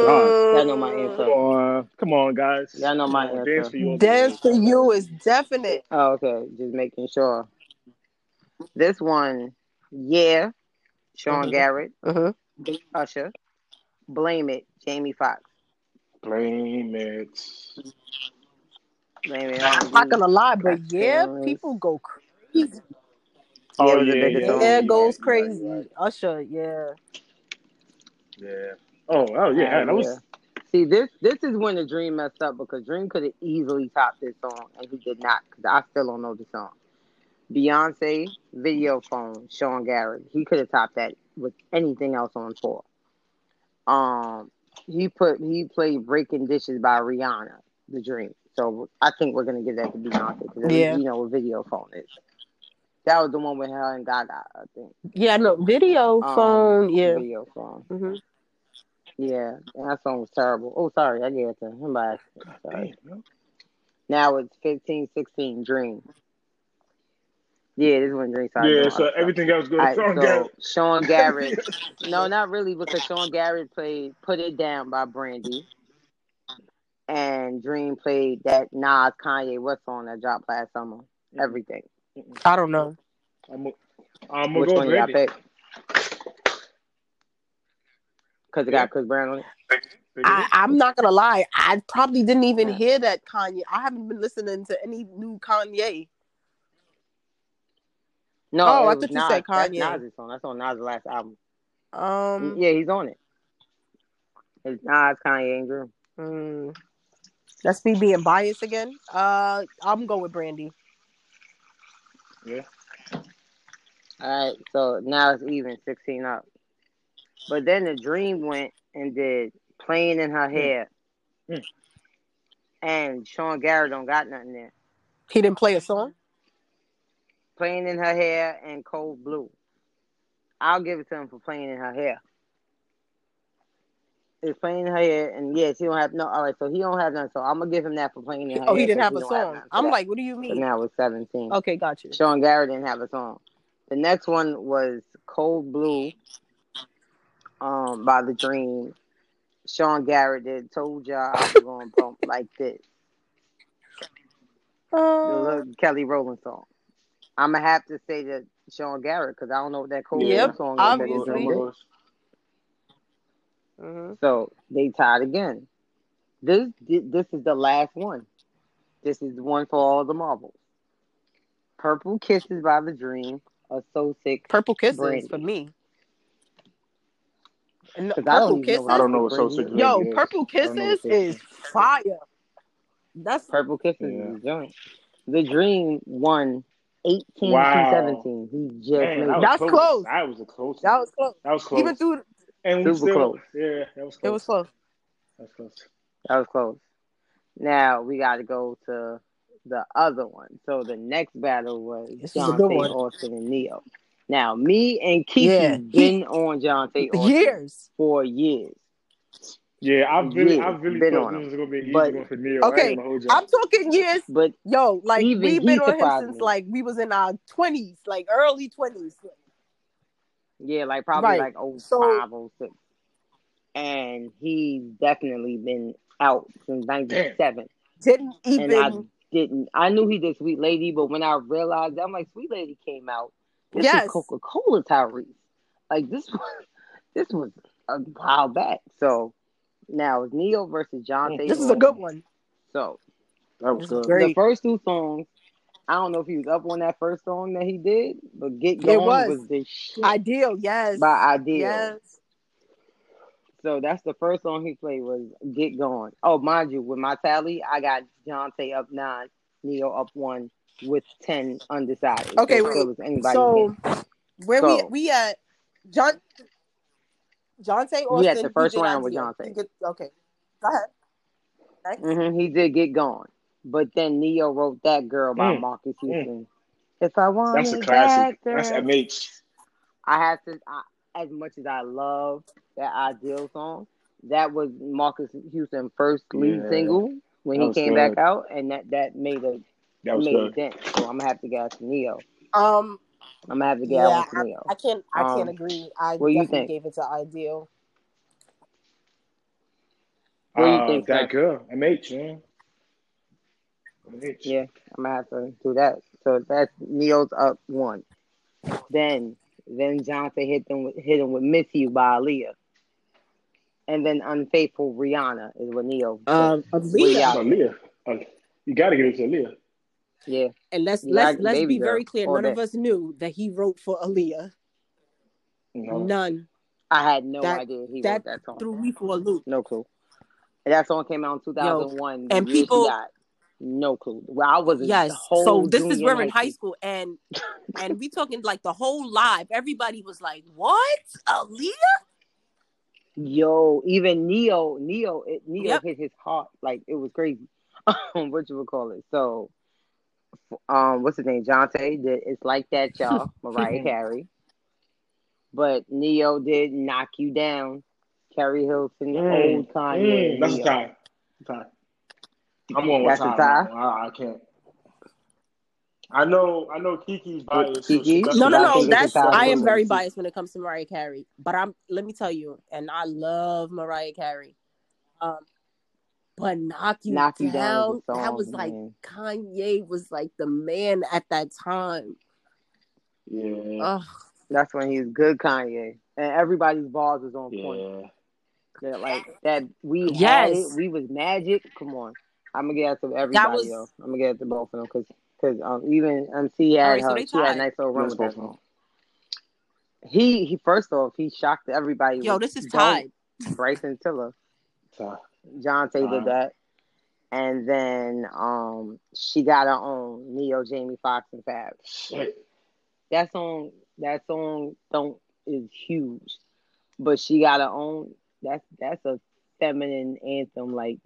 E: Oh
F: Mm-hmm.
E: my
C: Y'all know
E: god.
C: my
F: Mm.
E: Come
C: answer.
E: on, come on, guys.
C: Y'all know
E: Come
C: my
E: on,
C: answer.
E: Dance for you. all day.
F: Dance for you is definite.
C: Oh, okay. Just making sure. This one, yeah, Sean
F: Mhm.
C: Garrett,
F: Mm-hmm.
C: Usher. Blame It, Jamie Foxx.
E: Blame it.
C: Blame It
F: I'm
C: on
F: not gonna lie, but
C: Black
F: yeah,
C: families.
F: people go crazy.
C: Yeah,
E: Oh
C: it was the
E: yeah,
C: biggest
E: yeah,
C: song.
E: yeah.
F: Yeah,
E: You're right.
F: goes
E: You're right. You're
F: crazy.
E: right.
F: Usher, yeah.
E: Yeah. Oh, oh yeah.
C: Uh,
E: that was.
C: See this this is when the dream messed up because Dream could have easily topped this song and he did not because I still don't know the song. Beyonce, video phone, Sean Garrett. He could have topped that with anything else on tour. Um, he put he played Breaking Dishes by Rihanna, the Dream. So I think we're gonna give that to Beyonce because
F: Yeah.
C: you know what video phone is. That was the one with her and Gaga, I think.
F: Yeah, no, video
C: Um,
F: phone, yeah.
C: Video phone.
F: hmm
C: Yeah, and that song was terrible. Oh, sorry, I gave it to him by accident. Sorry.
E: Damn, yo.
C: Now it's 15, 16, Dream. Yeah, this one Dream. Sorry,
E: Yeah.
C: no,
E: So
C: I'm sorry.
E: everything else
C: All
E: goes
C: right,
E: on,
C: so
E: guys.
C: Sean Garrett.
E: [laughs]
C: no,
E: Yes.
C: not really, because Sean Garrett played "Put It Down" by Brandy, and Dream played that Nas Kanye West song that dropped last summer. Everything.
F: I don't know.
E: I'm. A, I'm gonna
C: Which
E: go
C: one
E: with
C: did I
E: Brandy.
C: pick? Because it
E: Yeah.
C: got Chris Brown on it.
E: Big
F: I,
E: hit.
F: I'm not gonna lie. I probably didn't even
C: Yeah.
F: hear that Kanye. I haven't been listening to any new Kanye.
C: No,
F: Oh, I
C: it was
F: thought you said
C: Nas. That's
F: Kanye.
C: Nas' song. That's on Nas' last album.
F: Um,
C: Mm, Yeah, he's on it. It's Nas, Kanye, and Dream.
F: mm, that's me being biased again. Uh, I'm going with Brandy.
E: Yeah.
C: All right, so now it's even, 16 up. But then the dream went and did playing in her hair.
E: Mm.
C: And Sean Garrett don't got nothing there.
F: He didn't play a song.
C: Playing in her hair and cold blue. I'll give it to him for playing in her hair. It's playing in her hair, and yeah, she don't have no. All right, so he don't have none. So I'm gonna give him that for playing in her
F: Oh,
C: hair.
F: he didn't
C: 'cause
F: have a
C: don't
F: song.
C: none for
F: I'm
C: that.
F: like, Oh, what do you
C: so
F: mean?
C: now it's 17.
F: Okay, got you.
C: Sean Garrett didn't have a song. The next one was Cold Blue um, by The Dream. Sean Garrett did Told Y'all I Was Gonna Bump Like This. The
F: Uh,
C: little Kelly Rowland song. I'm going to have to say that Sean Garrett because I don't know what that Cold
F: Yep,
C: Blue song is. that
E: I'm
C: he
E: gonna- I'm
F: obviously.
C: did.
E: gonna-
F: mhm.
C: So they tied again. This this is the last one. This is the one for all the marbles. Purple Kisses by The Dream. A so sick.
F: Purple kisses
C: Brandy.
F: for me. No,
C: 'Cause I don't
F: purple
C: even know
F: kisses.
C: what
E: I don't know what so
C: Brandy
E: sick
C: is.
E: Brandy
F: Yo,
E: is.
F: purple
E: I don't know
F: kisses
E: what So
F: is
E: Sick-
F: fire. That's
C: Purple Kisses
E: Yeah.
C: is the joint. The Dream won 18
E: Wow.
C: to 17. He just made
E: Man, that
C: it.
E: was
F: That's
E: close.
F: close.
E: That was a close.
F: that
E: one.
F: was close.
E: That was close.
F: Even through
E: and we
C: Super
E: still,
C: close.
E: yeah, that was close.
F: it was close.
E: That was close.
C: That was close. Now we got to go to the other one. So the next battle was
F: This is a
C: John
F: good one.
C: Austin and Neo. Now me and Kiki
F: Yeah.
C: been on John
F: [laughs]
C: Austin
F: Years.
C: for years.
E: Yeah, I really,
C: Yeah,
E: I really
C: been on
E: thought this
C: him.
E: was gonna be an easy
C: But-
E: one for Neil. I
F: Okay,
E: ain't gonna hold you.
F: I'm talking years.
C: But
F: Yo, like
C: Even
F: we've
C: he
F: been on him
C: surprised
F: since
C: me.
F: like we was in our twenties, like early twenties.
C: yeah, like probably
F: Right.
C: like oh
F: So-
C: five, oh six. And he's definitely been out since ninety seven.
F: Didn't
C: and I
F: even
C: didn't. I knew he did Sweet Lady, but when I realized, I'm like, Sweet Lady came out. This
F: Yes.
C: is Coca Cola Tyrese. Like this [laughs] was this was a while back. So now it's Neo versus John.
E: Mm.
F: this is a good one.
C: So
E: That was
F: This is
E: good.
F: great.
C: the first two songs, I don't know if he was up on that first song that he did, but Get
F: It
C: Gone
F: was.
C: was, the shit
F: Ideal, yes.
C: by Ideal.
F: Yes.
C: So that's the first song he played was Get Gone. Oh, mind you, with my tally, I got Jonte up nine, Neo up one with ten undecided.
F: Okay,
C: so it still
F: wait.
C: was anybody's
F: So
C: game.
F: where
C: So-
F: we we at John Jonte Austin.
C: We at the first
F: he did
C: round with
F: Ideal.
C: Jonte.
F: He did- Okay. Go ahead. Next.
C: Mhm, he did Get Gone, but then Neo wrote that girl by
E: Mm.
C: Marcus
E: Mm.
C: Houston. If I want
E: That's a
C: it
E: classic.
C: back,
E: That's
C: girl.
E: MH.
C: I have to. I, as much as I love that Ideal song, that was Marcus Houston's first lead
E: Yeah.
C: single when
E: That
C: he
E: was
C: came
E: good.
C: back out, and that that made a
E: That was
C: made a
E: good.
C: dent. So I'm gonna have to go out to Neo.
F: Um
C: I'm gonna have to get
F: yeah,
C: out to
F: I,
C: Neo.
F: I can't I can't
C: Um,
F: agree. I
C: what do you
F: definitely
C: think?
F: gave it to Ideal.
C: What do you
E: Uh,
C: think,
E: that
C: Sam?
E: girl, MH, man. MH.
C: Yeah, I'm gonna have to do that. So that's Neo's up one. Then then Johnson hit them with, hit him with "Miss You" by Aaliyah, and then "Unfaithful" Rihanna is what Neo. did.
F: Um
C: Where y'all-
E: It's Aaliyah. Uh, you gotta give it to Aaliyah.
C: yeah,
D: And let's
C: Yeah,
D: let's
C: I-
D: let's be
C: baby
D: very
C: girl,
D: clear.
C: all
D: None of
C: day.
D: us knew that he wrote for Aaliyah.
E: No.
D: None.
C: I had no
D: That-
C: idea he
D: that
C: wrote that song.
D: Threw me for a loop.
C: No clue. And that song came out in 2001. the
D: and
C: year she
D: people-
C: got no clue. Well, I was a
D: Yes.
C: whole
D: So this is
C: junior
D: we're
C: in
D: in high school
C: [laughs]
D: and and we talking like the whole live. Everybody was like, What? Aaliyah?
C: Yo, even Neo, Neo, it, Neo
D: Yep.
C: hit his heart like it was crazy. [laughs] Um, what you would call it? So, um, what's his name? Jonte did "It's
D: [laughs]
C: Like That," y'all. Mariah Carey, but Neo did "Knock You Down." Carrie Hilton,
E: Mm.
C: old Kanye.
E: Mm, that's a
C: Neo.
E: tie. Tie. I'm going with
C: That's a
E: tie.
C: tie?
E: man. I, I can't. I know. I know Kiki's biased. so
C: Kiki?
E: she- that's
D: No, no,
E: what
D: no.
C: I think it's a
D: That's
E: that's what
C: tie
D: I
E: I'm
D: am
C: too.
D: very
E: saying.
D: biased when it comes to Mariah Carey. But I'm let me tell you, and I love Mariah Carey. Um but knock you
C: "Knock
D: down,
C: You Down" is a
D: that
C: song.
D: was like
C: man.
D: Kanye was like the man at that time.
E: Yeah.
D: Ugh.
C: That's when he was good Kanye, and everybody's bars was on Oh, point.
E: yeah.
C: that like that we had it.
D: Yes.
C: We was magic. Come on, I'm gonna get out to
D: That
C: everybody
D: was-
C: though. I'm gonna get out to both of them because um even MC had
D: All right, so
C: her.
D: they
C: she had
D: tied.
C: a nice little run
E: That's
C: with that
E: both of
C: song. He he. First off, he shocked everybody.
D: Yo,
C: with
D: this is
C: Don't,
D: tied.
C: Bryson Tiller,
E: Tie.
C: John Tay
E: Wow.
C: did that, and then um she got her own Neo, Jamie Foxx, and Fab. Shit, that song, that song don't is huge, but she got her own. That's that's a feminine anthem. Like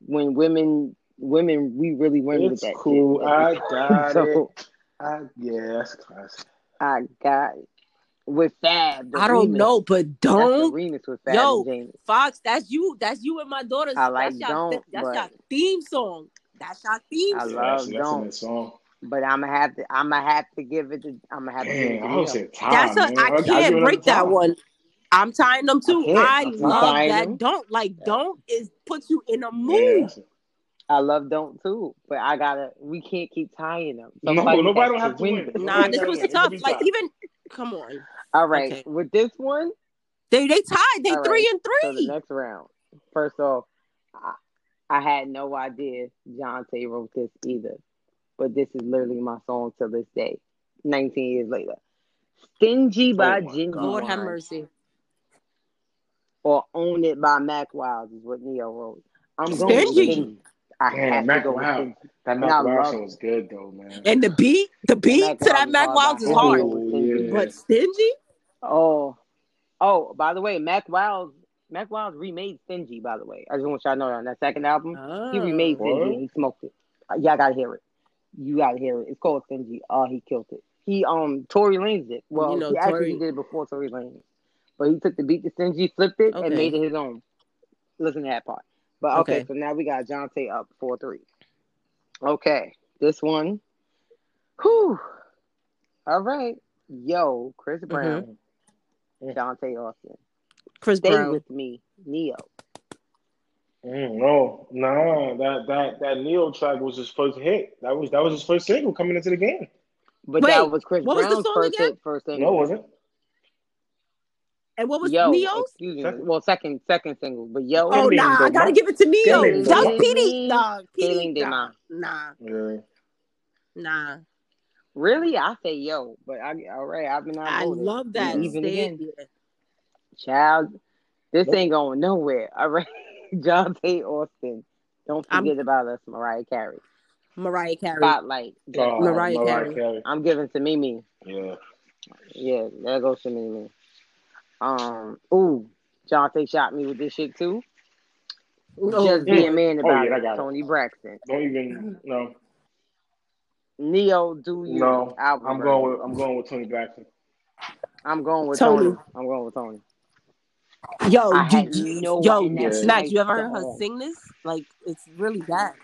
C: when women, women, we really win with
E: It's
C: that. [laughs]
E: cool.
C: shit.
E: I got
C: So,
E: it. I, yeah, that's classic.
C: I got it. with Fab. the
F: I don't
C: remix.
F: know, but
C: That's the
F: don't
C: remix with Fab
F: Yo,
C: and Jamie.
F: Fox. That's you. That's you and my daughters.
C: I like
F: that's y'all,
C: don't,
F: That's
C: but-
F: y'all theme song. That's y'all theme.
C: I
F: song.
E: Yeah,
C: love
E: that's, that's in
C: Don't.
E: that song.
C: But I'm gonna have to. I'm gonna have to give it to. I'm gonna have to. give it
E: Damn,
C: to
E: I was
C: Neo.
E: at time,
F: That's
E: man.
F: a. I
E: I'll- I'll give
F: can't
E: it
F: break
E: another
F: that
E: time.
F: one. I'm tying them too.
C: can't.
F: I
E: I'm
F: love
C: tying
F: that.
C: them.
F: Don't like don't is puts you in a
E: Yeah,
F: mood.
E: that's it.
C: I love don't too, but I gotta. We can't keep tying them.
E: No, nobody don't have to win.
C: this.
F: Nah,
E: Nobody
F: this
E: gotta
F: was
E: win. It could
F: tough.
E: be
F: Like
E: tied.
F: even come on,
C: All right,
F: Okay.
C: with this one,
F: they they tied. They
C: All right.
F: three and
C: so the
F: three.
C: next round. First off, I, I had no idea Jonte wrote this either, but this is literally my song to this day, 19 years later.
F: Oh
C: Stingy by
E: my
F: Lord have
C: Genuine
F: mercy.
C: or Own It by Mac Wiles is what Neo wrote. I'm going with
F: Stingy.
C: Stingy. I have
E: Damn,
C: to
E: Mac
C: go with
E: Wild.
C: Stingy.
E: That
C: And I
E: Mac Wild
C: love-
E: song was good though, man.
F: And the beat, the
C: That
F: beat
C: Mac
F: to that
C: Wild is
F: Mac
C: hard, but I
F: Wild is
C: have to
F: hard,
C: go with
E: Oh
C: Stingy.
E: yeah.
F: but stingy.
C: Oh, oh! By the way, Mac Wiles, Mac Wiles remade Stingy. By the way, I just want y'all to know that on that second album, he remade
F: Oh.
C: Stingy
E: What?
C: and he smoked it. Uh, Y'all gotta hear it. You gotta hear it. It's called Stingy. Oh, he killed it. He um Tory Lanez it. Well,
F: You know,
C: he actually
F: Tory-
C: did it before Tory Lanez, but he took the beat to Stingy, flipped it,
F: Okay.
C: and made it his own. Listen to that part. But okay,
F: Okay.
C: so now we got Jonte up four three. Okay, this one. Whew. All right, yo, Chris
F: Mm-hmm.
C: Brown, Jonte Austin.
F: Oh, Chris
C: Stay
F: Brown.
C: with me, Neo.
E: Mm, no, nah, that that that Neo track was his first hit. That was that was his first single coming into the game.
C: But
F: Wait,
C: that was Chris
F: what was the
C: Brown's
F: song
C: first
F: again?
C: hit, first
E: No, it
C: single.
E: wasn't.
F: And what was
C: yo,
F: Neo's?
C: excuse me.
E: Second.
C: Well, second second single, but yo,
E: Can't
F: Oh
E: leave
F: nah,
E: the
F: I gotta
E: month.
F: give it to Neo.
E: leave the
F: That was
E: month.
F: PD dog.
C: Feeling
F: PD
C: them
F: dog.
C: out.
F: Nah,
E: Yeah.
F: nah.
C: really, I say yo, but I all right. I've been
F: I
C: outvoted.
F: love that.
C: We even
F: Stay-
C: again,
F: yeah.
C: child. This
E: Nope.
C: ain't going nowhere. All right, [laughs] John T. Austin. Don't
F: I'm-
C: forget about us, Mariah Carey.
F: Mariah Carey.
C: Spotlight.
E: Oh,
F: Mariah
E: Mariah,
F: Carey.
E: Carey.
C: I'm giving to Mimi.
E: Yeah.
C: Yeah, there goes to Mimi. Um, ooh, John T. shot me with this shit too.
F: Oh,
C: Just be a
E: Mm.
C: man
E: Oh,
C: about
E: yeah, I
C: it.
E: got it.
C: Tony Braxton.
E: Don't even no.
C: Neo, do you?
E: No.
C: album
E: I'm
C: version.
E: going with I'm going with Tony Braxton.
C: I'm going with
F: Tony.
C: Tony. I'm going with Tony.
F: Yo,
C: I
F: do-
C: had no
F: yo,
C: and that's
E: Yeah.
F: snacks.
C: my
F: You ever heard her
C: song.
F: sing this? Like, it's really that.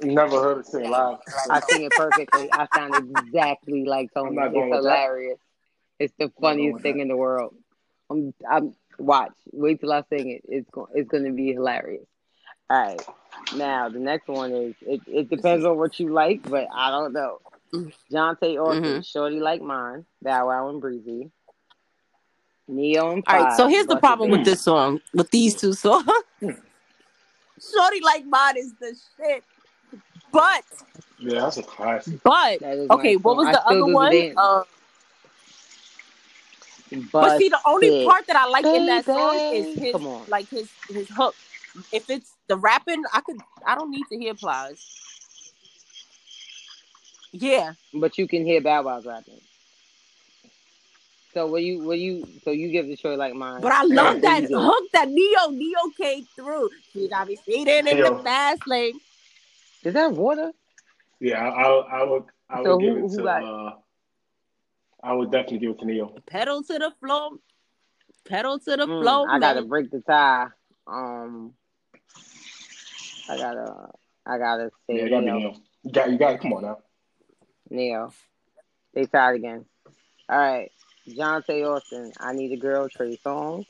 E: Never heard it sing live.
C: I sing it perfectly. I sound exactly like
E: I'm
C: Tony.
E: not
C: It's
E: going with that.
C: hilarious. It's the
E: I'm not going
C: funniest
E: with
C: thing
E: that.
C: in the world. I'm, I'm watch. Wait till I sing it. It's going. It's going to be hilarious. All right. Now the next one is. It, it depends on what you like, but I don't know. Jonte Austin,
F: Mm-hmm.
C: Shorty Like Mine, Bow Wow and Breezy, Neo and
F: All
C: Five.
F: right. So here's the
C: Busta
F: problem with
C: Baby.
F: this song, with these two songs. [laughs] Shorty like mine is the shit. But,
E: Yeah, that's a classic.
F: but
C: That is my
F: okay. What
C: song.
F: was
C: I
F: the
C: still
F: other
C: do the
F: one?
C: dance.
F: Um, But see, the only
C: Busted.
F: part that I like in that song is
C: Baby.
F: his,
C: Come on.
F: like his his hook. If it's the rapping, I could, I don't need to hear applause. Yeah,
C: But you can hear Bow Wow's rapping. So what you what you so you give the choice like mine.
F: but I
C: That's
F: love
C: what
F: that
C: you get.
F: hook that Neo Neo came through. He got me sitting in the
E: Neo.
F: fast lane.
C: Is that water?
E: Yeah, I, I, I would I would
C: So
E: give
C: who-
E: it
C: who
E: to
C: got-
E: uh I would definitely give it to Neo.
F: Pedal to the floor, pedal to the
C: Mm,
F: floor.
C: I gotta
F: man.
C: break the tie. Um, I gotta I gotta say
E: Yeah, it gotta be
C: Neil.
E: Neo. You got you got come on now.
C: Neil. They tied again. All right. Jonte Austin, I need a girl, Trey Song.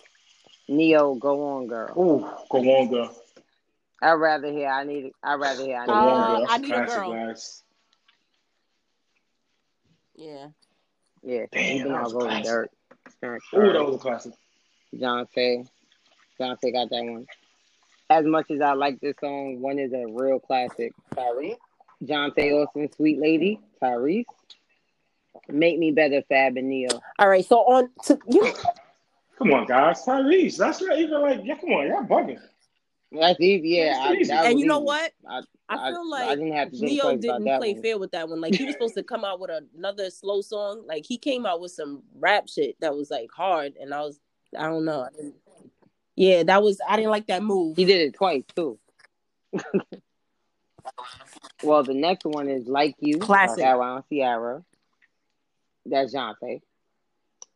C: Neo, go on, girl.
E: Ooh, go on, girl.
C: I'd rather hear I need I'd rather hear Uh, I need
E: Go
C: a
E: on,
C: girl.
F: I
E: girl. That's
F: need
E: a
F: a
E: classic,
F: girl.
E: guys.
F: Yeah,
C: Yeah,
E: Damn,
C: you've been
E: that was
C: outvoted,
E: classic.
C: Dirk.
E: Ooh, that was a classic.
C: John Fay. John Fay got that one. As much as I like this song, one is a real classic. Tyrese. John Fay Austin, Sweet Lady, Tyrese. Make Me Better, Fab and Neo.
F: All right, so on to you.
E: Come on, guys. Tyrese. That's not even like yeah, come on, y'all bugging.
C: That's easy. Yeah,
E: That's easy.
C: that
F: and
C: was
F: you know
C: easy.
F: what?
C: I,
F: I feel like
C: didn't have to think
F: Leo
C: twice about
F: didn't
C: that
F: play
C: one.
F: fair with that one. Like he was supposed to come out with another slow song. Like he came out with some rap shit that was like hard, and I was I don't know. I didn't- yeah, that was I didn't like that move.
C: He did it twice too. [laughs] well, the next one is like you,
F: Classic.
C: Around Sierra. That's Jonte.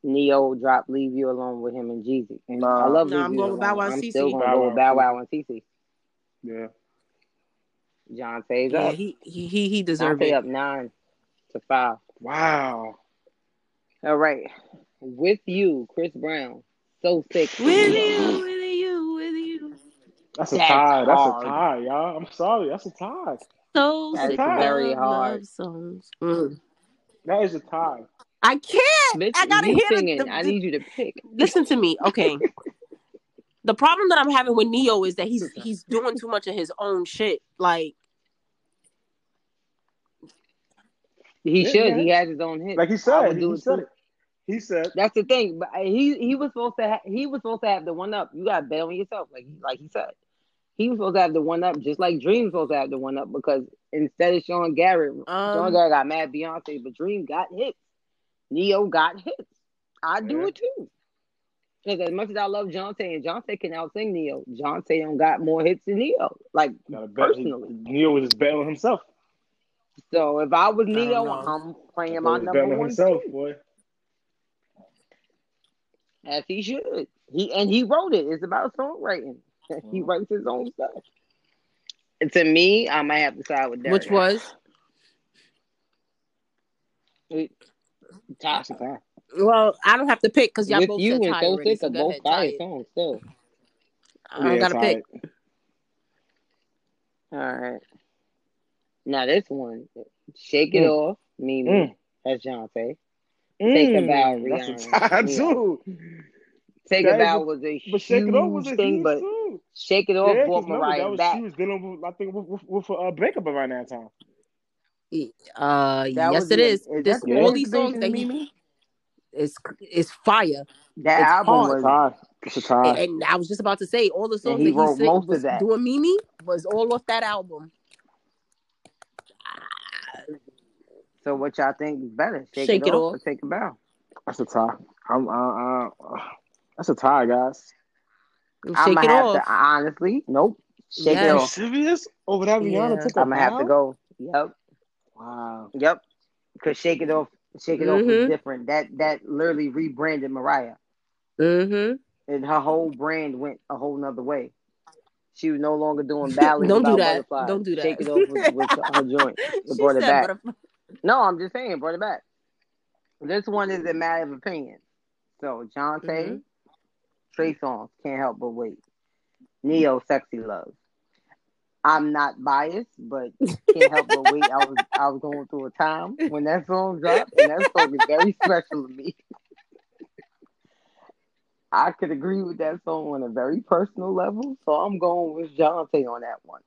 C: Neo drop Leave You Alone with him and Jeezy. And
E: Nah.
C: I love
F: Nah,
C: Leave
F: I'm
C: You
F: going with Bow
C: Alone.
F: Wow
C: I'm
F: CeCe.
C: still gonna go with Bow Wow and CC.
E: Yeah.
C: Jonte's
F: Yeah,
C: up.
F: he he he, he deserved
C: Jonte
F: it.
C: up nine to five.
E: Wow.
C: All right. With you, Chris Brown. So sick.
F: With you, with you, with you.
E: That's a
C: That's
E: tie. That's
C: hard.
E: a tie, y'all. I'm sorry. That's a tie.
F: So
C: That's
F: sick
C: very
F: of
C: hard.
F: love songs. Mm.
E: That is a tie.
F: I can't.
C: Bitch,
F: I gotta
C: you
F: hear the-
C: singing.
F: the-
C: I need you to pick.
F: listen to me, okay? the problem that I'm having with Neo is that he's he's doing too much of his own shit. Like
C: He
E: Yeah,
C: should.
E: yeah.
C: He has his own hit.
E: Like he
C: I
E: said.
C: would
E: He,
C: do
E: he
C: it
E: said
C: too.
E: it. He said.
C: That's the thing. But uh, he he was supposed to ha- he was supposed to have the one up. You got to bet on yourself, like like he said. He was supposed to have the one up, just like Dream was supposed to have the one up because instead of Sean Garrett, Sean
F: um
C: Garrett got mad Beyonce, but Dream got hits. Neo got hits. I do
E: Yeah.
C: it too. Because as much as I love Jonte and Jonte can outsing Neo, Jonte don't got more hits than Neo. Like
E: Gotta bet. He,
C: personally.
E: Neil was just betting on himself.
C: So if I was
F: don't
C: Neo,
F: know.
C: I'm playing
E: That
C: my
E: boy was
C: number
E: betting on
C: one
E: himself,
C: too,
E: boy.
C: as he should. He and he wrote it. It's about songwriting. [laughs] he writes his own stuff. And to me, I might have to side with Derek.
F: which was
C: It, top,
E: That's a tie.
F: well, I don't have to pick because y'all
C: with
F: both
C: you
F: said
C: and
F: tie
C: so
F: already.
C: sick
F: So
C: are
F: go
C: both
F: ahead, tie
C: fire
F: it.
C: songs still.
F: I don't
E: yeah,
F: gotta
E: tie.
F: pick.
C: All right. Now this one, shake it
E: Mm.
C: off, Mimi.
E: Mm.
C: That's Jonte. Take a
E: Mm,
C: bow,
E: That's a
C: Rihanna.
E: tie
C: Yeah.
E: too.
C: Take
E: That
C: a
E: is
C: bow
E: a-
C: was a
E: But
C: huge
E: Shake It Off was a
C: thing,
E: huge
C: but
E: too.
C: shake it off
E: Yeah,
C: brought
E: because remember that
C: Mariah
E: was she
C: back.
E: was dealing with I think with with, with uh, breakup around that time.
F: Uh
C: That
F: yes
C: was
F: it
C: the-
F: is.
C: is
F: This
C: that the
E: Yeah.
F: all
C: next
F: these songs
C: station,
F: that he
C: Mimi?
F: is is fire.
C: That
F: It's
C: album
F: hard.
C: was
E: Tie. It's a
F: And,
E: tie.
F: and I was just about to say all the
C: and
F: songs
C: he
F: that he
C: wrote
F: sing,
C: most of
F: was
C: that.
F: doing Mimi was all off that album.
C: So what y'all think is better, shake,
F: Shake
C: it,
F: it
C: off
F: off.
C: or take a bow?
E: That's a tie. I'm uh, uh, uh, that's a tie, guys.
F: And
C: I'm
F: Shake
C: gonna
F: it
C: have
F: off.
C: to honestly, nope, shake it
E: Are you
F: Yes.
C: off.
E: serious? Over that Rihanna
F: Yeah.
E: took a
C: I'm gonna have to
E: bow?
C: go. Yep,
E: Wow.
C: yep. Cause shake it off, shake it off was
F: Mhm.
C: different. That that literally rebranded Mariah,
F: Mm-hmm.
C: and her whole brand went a whole nother way. She was no longer
F: [laughs]
C: doing ballads
F: Don't do
C: about
F: that.
C: butterflies.
F: Don't do
C: Shake it off was, was
F: [laughs]
C: her joint. It
F: she
C: brought it
F: said,
C: back.
F: "But if-
C: No, I'm just saying, it brought it back. This one is a matter of opinion. So Jonte,
F: Mhm.
C: Trey Songz, can't help but wait. Neo, sexy love. I'm not biased, but can't help but wait. I was I was going through a time when that song dropped, and that song is very special to me. I could agree with that song on a very personal level, so I'm going with Jonte on that one.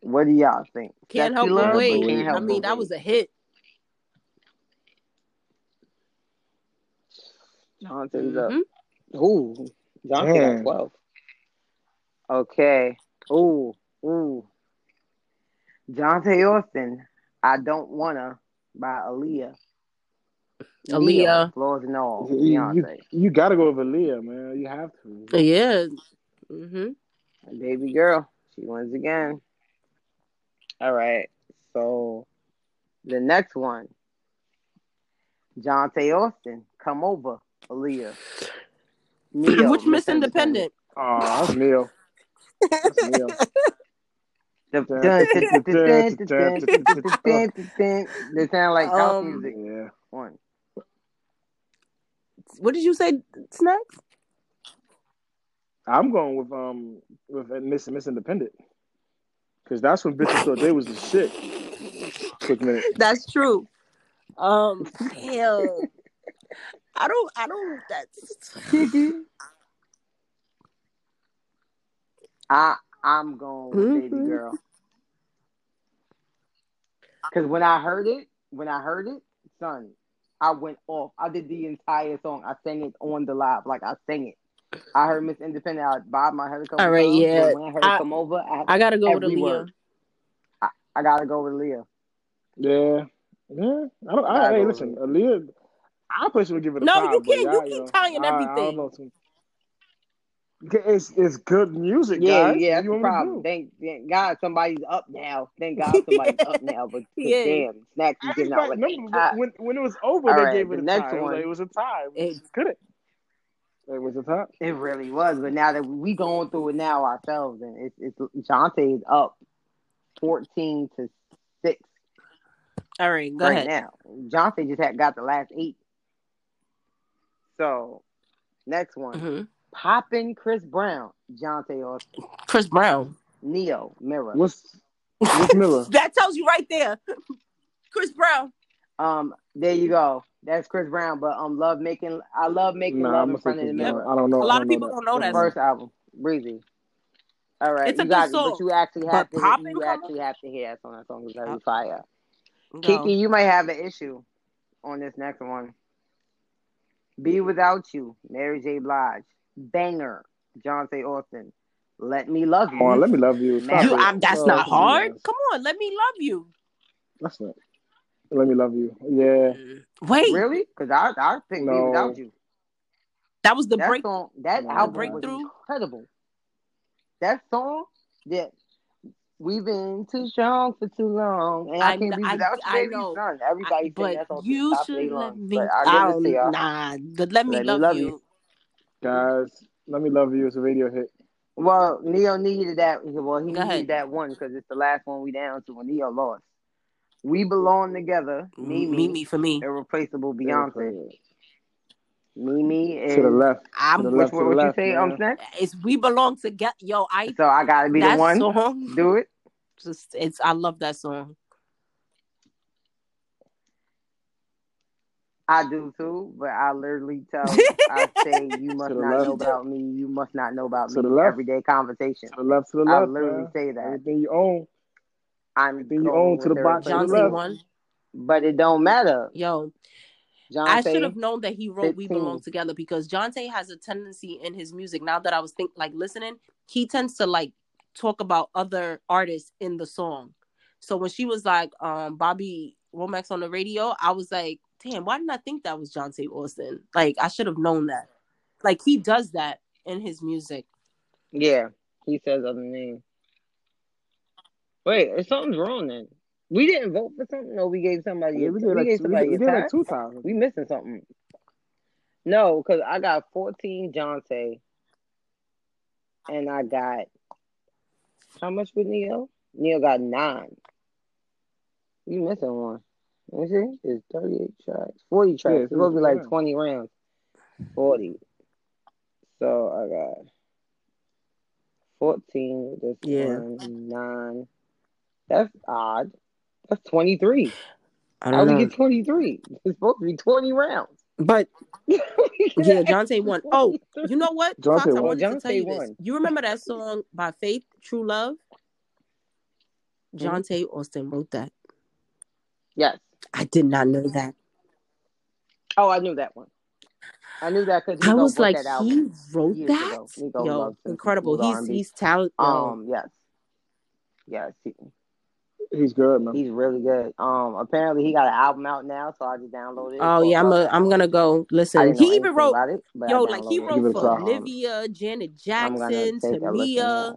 C: What do y'all think? Sexy
F: can't help but
C: love,
F: wait."
C: but can't
E: wait.
F: I
C: help
F: mean,
C: but
F: that
C: wait.
F: was a hit.
C: Jonte's
F: Mhm.
C: up. Ooh, Jonte got
E: Damn.
C: twelve. Okay. Ooh, ooh. Jonte Austin, I don't wanna by Aaliyah. Neo,
F: Aaliyah.
C: flaws and all,
E: You, you,
C: Beyonce.
E: you gotta go with Aaliyah, man. You have to.
F: [laughs] Yeah. Mhm.
C: Baby girl, she wins again. All right. So the next one, Jonte Austin, come over,
F: [sniffs]
C: Aaliyah. Neo,
F: Which Miss Independent?
E: Oh, that's Neil. That's Neil.
C: Dun,
E: Dun,
C: dun,
E: dun,
C: dun, dun,
E: dun,
C: dun,
E: dun,
C: dun,
E: dun,
C: dun, dun. They sound like house
F: Um,
C: music.
E: Yeah.
C: One.
F: [laughs] What did you say, Snacks?
E: I'm going with um with Miss Miss Independent. Cause that's when bitches thought they was the shit. Quick minute.
F: That's true. Um, damn. I don't. I don't. That's.
C: I I'm going with baby
F: Mhm.
C: girl. Cause when I heard it, when I heard it, son, I went off. I did the entire song. I sang it on the live, like I sang it. I heard Miss Independent. I bob my head a couple
F: All right,
C: times,
F: yeah.
C: but When I heard
F: I-
C: come over, I,
F: I gotta go
C: Every
F: with Aaliyah.
C: word. I gotta go with Leah.
E: Yeah, yeah. I don't. I, hey, listen, Aaliyah. I personally give it a
F: No,
E: five.
F: you
E: but
F: can't.
E: y'all,
F: You
E: you
F: keep
E: know,
F: tying
E: I, I
F: everything.
E: don't know. Some, it's it's good music,
C: Yeah,
E: guys.
C: yeah,
E: What
C: that's
E: do you
C: the
E: want me to
C: problem.
E: do?
C: Thank, thank God somebody's up now. Thank
E: [laughs]
C: God somebody's up now. But 'cause
F: Yeah.
C: damn, Snack is getting out
E: Everybody,
C: like
E: remember
C: ah,
E: when when it was over,
C: All
E: they
C: right,
E: gave
C: the
E: it a
C: next
E: tie. It was,
C: one.
E: like, it was a tie. It was
F: It-
E: good. It was a tie.
C: it really was. But now that we going through it now ourselves, and it's it's Jonte is up fourteen to six
F: All right, go
C: right
F: ahead.
C: now. Jonte just had got the last eight. So next one,
F: hmm
C: popping Chris Brown, Jonte or
F: Chris Brown.
C: Neo Mirror.
E: What's what's Miller?
F: That tells you right there. Chris Brown.
C: Um, there you go. That's Chris Brown. But um, love making. I love making
E: Nah,
C: love in
E: I'm gonna say
C: front of the
E: Chris
C: mirror.
E: Brown. I don't know.
F: A
E: I
F: lot of
E: know
F: people
E: that.
F: don't know
C: The
F: that.
C: first album, Breezy. All right,
F: It's a
C: you got,
F: good song.
C: but you actually have
F: But
C: to.
F: Poppin'
C: you
F: Come
C: actually
F: On-
C: have to hear that song. That song is very
F: Oh.
C: fire. Kiki,
F: No.
C: you might have an issue on this next one. Be without you, Mary J. Blige, banger, John C. Austin. Let me love
E: Come on,
C: you.
E: let me love you. Stop
F: You,
E: it.
F: I'm, that's
E: No,
F: not
E: come on,
F: hard.
E: guys.
F: Come on, let me love you.
E: That's not. Let me love you. Yeah.
F: Wait,
C: Really? Because I I picked Be
E: No.
C: without you.
F: that was the
C: that
F: break.
C: song, that
E: Come on,
C: album was
F: Breakthrough.
C: incredible. That song that we've been too strong for too long, and I,
F: I-
C: can't be
F: I-
C: without you,
F: I
C: baby.
F: know.
C: Son,
F: I,
C: everybody sing
F: but
C: that song to the
F: you
C: top of
F: should
C: their
F: let
C: lungs.
F: me.
C: But I uh,
F: I
C: give it to
F: don't.
C: y'all.
F: Nah, the let me
C: Let me
F: love
C: love
F: you.
E: Guys, let me love you. It's a radio hit.
C: Well, Neo needed that. Well, he
F: Go ahead.
C: needed that one because it's the last one we down to when Neo lost. We belong together. Mimi,
F: Mimi for me.
C: irreplaceable
E: They were playing
C: Beyonce.
E: it.
C: Mimi
E: To the
C: is
E: left. To the
F: I'm.
C: which
E: left. To
C: one?
E: the
C: What you
E: left,
C: say? Um,
E: man.
C: snack.
F: It's we belong together. Yo, I
C: So I gotta be the
F: that
C: one.
F: song.
C: Do it.
F: Just it's. I love that song.
C: I do too, but I literally tell, I say, you must
E: To the
C: not know
E: left.
C: about me. You must not know about
E: To the
C: me.
E: left.
C: Everyday conversation.
E: To the left. To the
C: I
E: left,
C: literally
E: man.
C: say that.
E: Everything you own.
C: I'm
E: Everything you
C: going
E: own.
C: with
E: To the
C: the
E: box. To the
F: Jonte
E: left.
C: replacement,
F: one.
C: but it don't matter.
F: Yo, I should
C: Jonte,
F: have known that he wrote "We Belong
C: 15.
F: Together" because Jonte has a tendency in his music. Now that I was think like listening, he tends to like talk about other artists in the song. So when she was like, um, Bobby Womack's on the radio, I was like, damn, why didn't I think that was Jonte Austin? Like I should have known that. Like he does that in his music.
C: Yeah, he says other names. Wait, if something's wrong then. We didn't vote for something, or we gave somebody
E: Yeah,
C: a,
E: we did
C: we gave
E: like we did,
C: somebody
E: we
C: a
E: did like
C: tie.
E: two times.
C: We missing something. No, because I got 14 Jonte, and I got How much with Neil? Neil got nine. You missing one. Let me see. It's 38 tracks. 40
E: Yeah,
C: tracks. It's
E: it's
C: supposed to be like
E: yeah.
C: 20 rounds. 40. So I got 14. This
F: Yeah.
C: one, nine. That's odd. That's 23.
F: I
C: How
F: don't
C: we
F: know.
C: get 23? It's supposed to be 20 rounds.
F: But
C: yeah,
F: [laughs] yeah,
C: [laughs]
F: Jonte won. Oh, you know what, Fox?
E: Jonte
F: I
C: Oh,
E: won.
F: wanted to tell
C: Jonte
F: you this.
C: won.
F: You remember that song by Faith, True Love?
C: Mhm.
F: Jonte Austin wrote that.
C: Yes.
F: I did not know that.
C: Oh, I knew that one. I knew that because
F: I
C: Nico
F: was
C: bought
F: like,
C: that album
F: he wrote
C: years
F: that.
C: ago. Nico
F: Yo,
C: loves him some
F: incredible.
C: smooth
F: He's
C: R&B.
F: he's talent. Yo,
C: Um, yes, yes, he,
E: He's good, man.
C: he's really good. Um, apparently he got an album out now, so I just downloaded it. It's
F: oh
C: called
F: yeah, I'm
C: Love
F: a,
C: That
F: I'm
C: Song.
F: gonna go
C: I
F: listen.
C: didn't know
F: He even
C: anything
F: wrote
C: about it, but I
F: yo like he
C: downloaded it.
E: Give
F: wrote
E: it a
F: for
E: try.
C: Um,
F: Olivia, Janet
C: I'm gonna
F: Jackson,
C: take a uh, listen.
F: Tamia.
C: Now.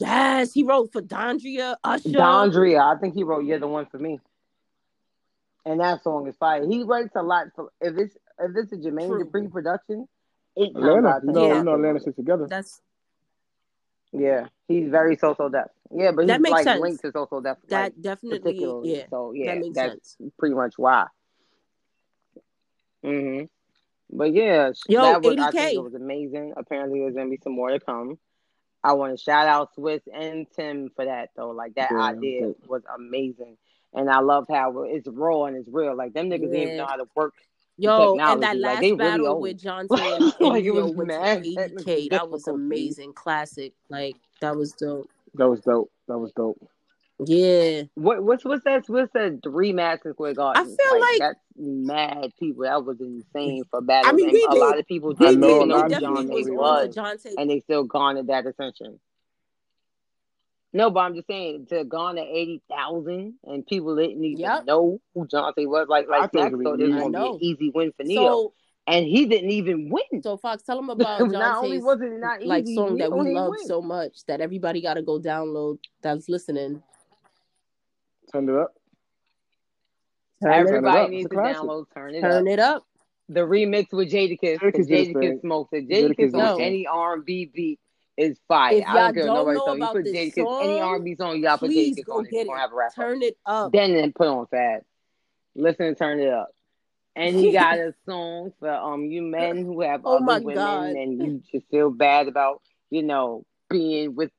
F: Yes, he wrote for Dondria, Usher.
C: Dondria, I think he wrote "You're the One for Me," and that song is fire. He writes a lot for if it's if it's a Jermaine
F: True.
C: Dupri production, eight times
E: Atlanta.
C: out of
E: You
C: ten,
E: know, you
F: Yeah,
E: know
C: Dante
E: Atlanta
C: wrote it.
E: sits together.
F: that's
C: Yeah, he's very social deaf. Yeah, but
F: that
C: he's
F: makes
C: like
F: sense.
C: linked to social deaf like
F: That definitely
C: particularly.
F: yeah,
C: So
F: that
C: yeah,
F: makes
C: that's
F: sense.
C: pretty much why. hmm
D: Mm-hmm.
C: But yeah, sh-
F: Yo,
C: that was I think it
F: 80k.
C: was amazing. Apparently, there's gonna be some more to come. I want to shout out Swiss and Tim for that though. Like that
E: Yeah,
C: idea
E: but-
C: was amazing, and I love how it's raw and it's real. Like them niggas didn't even
F: Yeah.
C: know how to work the
F: Yo, and that
C: technology. Like they
F: last
C: really
F: battle
C: old.
F: with
C: [laughs]
F: Jonte and, and
C: like it
F: Neo
C: was
F: with
C: mad technical
F: 80K, that was
C: difficulties.
F: amazing. Classic. Like, that was dope.
E: that was dope. That was dope.
D: Yeah.
C: What what's what's that what's that rematch in Square Garden?
D: I feel like-
C: that's mad people. That was insane for battle.
F: I mean,
C: And
F: we
C: a
F: did.
C: lot of people
E: I
D: We
C: didn't
E: know
D: did. We
C: even
E: a lot
C: know
D: definitely
C: who
E: of
C: John
E: people
D: was
C: Day
E: did.
D: on
C: was,
D: to John Tate.
C: and they still garnered that attention. No, but I'm just saying to garner eighty thousand and people didn't even
D: Yep.
C: know who John Tate was. Like
E: I
C: like
E: think
C: Max
E: it was
C: thought this was
E: easy.
C: gonna be
D: I
C: an
D: know.
C: easy win for Neo,
D: So
C: and he didn't even win.
D: so Fox,
C: [laughs]
D: tell them about
C: not
D: John
C: only
D: Tate's
C: was it not easy,
D: like song that
C: Neo
D: we
C: didn't
D: love
C: win.
D: so much that everybody got to go download that's listening.
E: Turn it up.
D: Turn it,
E: Turn it
C: Everybody
E: up.
C: needs
E: It's a
C: to
E: classic.
C: download, turn it up.
D: turn it up.
C: The remix with Jadakiss, because
E: Jadakiss did his
C: Jadakiss
E: thing.
C: smokes it.
E: Jadakiss
C: Jadakiss
E: did
C: on
E: his thing.
C: any R&B beat is fire.
D: If
C: I don't
D: y'all
C: care what
D: don't
C: nobody
D: know
C: told you. You
D: about
C: Put
D: this
C: Jadakiss any
D: song,
C: R&B song, y'all put
D: please
C: Jadakiss
D: go
C: on it. You're
D: get it.
C: gonna have a rap up.
D: Turn it up.
C: Then then put on Fab. Listen and turn it up. And he got
D: [laughs]
C: a song for um you men who have
D: Oh
C: other
D: my
C: women
D: God.
C: and you just feel bad about you know being with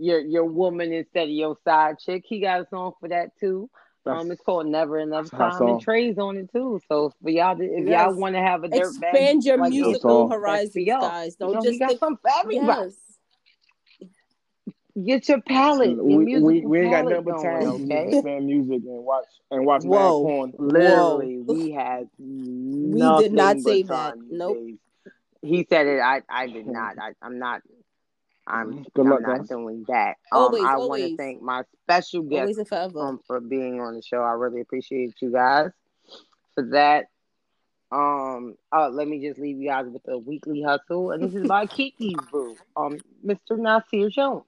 C: your your woman instead of your side chick. He got a song for that too.
E: That's-
C: um, it's called Never Enough
E: that's a hot
C: Time,
E: song.
C: and Trey's on it too. So for y'all, to- if
D: Yes.
C: y'all want to have a dirt bag
D: Expand your
C: like
E: Yo,
C: him,
D: musical
E: song.
C: that's for
D: horizons,
C: y'all.
D: guys.
C: You
D: Don't
C: know, he
D: just
C: got
D: think.
C: something for everybody.
D: Yes.
C: Get your palate, your
E: We, we,
C: musical
E: we ain't got
C: palate
E: nothing but
C: going,
E: time for you to
C: okay?
E: expand music and watch and watch mad
D: Whoa.
E: porn.
D: Whoa.
C: Literally, we had
D: [laughs] We did not
C: nothing
D: say
C: but
D: that.
C: time these
D: Nope. Hmm.
C: days. He said it. I, I did not. I, I'm not. I'm.
E: Good
C: I'm
E: luck,
C: not
E: guys.
C: doing that. Um,
D: Always,
C: I want to
D: always,
C: thank my special guest
D: always and forever.
C: um for being on the show. I really appreciate you guys for that. Um, uh, let me just leave you guys with a weekly hustle, and this is by Kiki's Brew. Um, Mr. Nasir Jones.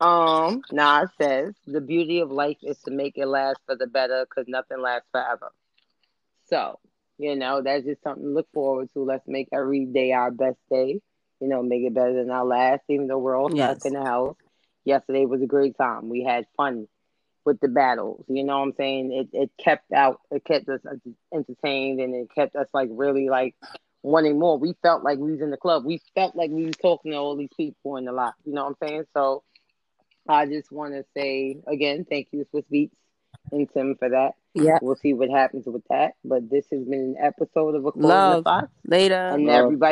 C: Um, Nas says the beauty of life is to make it last for the better, because nothing lasts forever. So, you know, that's just something to look forward to. Let's make every day our best day. You know, make it better than our last, even though we're all
D: Yes.
C: stuck in the house. Yesterday was a great time. We had fun with the battles. You know what I'm saying? It it kept out it kept us entertained and it kept us like really like wanting more. We felt like we was in the club. We felt like we was talking to all these people in the lot. You know what I'm saying? So I just wanna say again, thank you, Swiss Beats and Tim for that.
D: Yeah.
C: We'll see what happens with that. But this has been an episode of A Closing the
D: Love.
C: Box.
D: Later.
C: And
E: Love.
C: everybody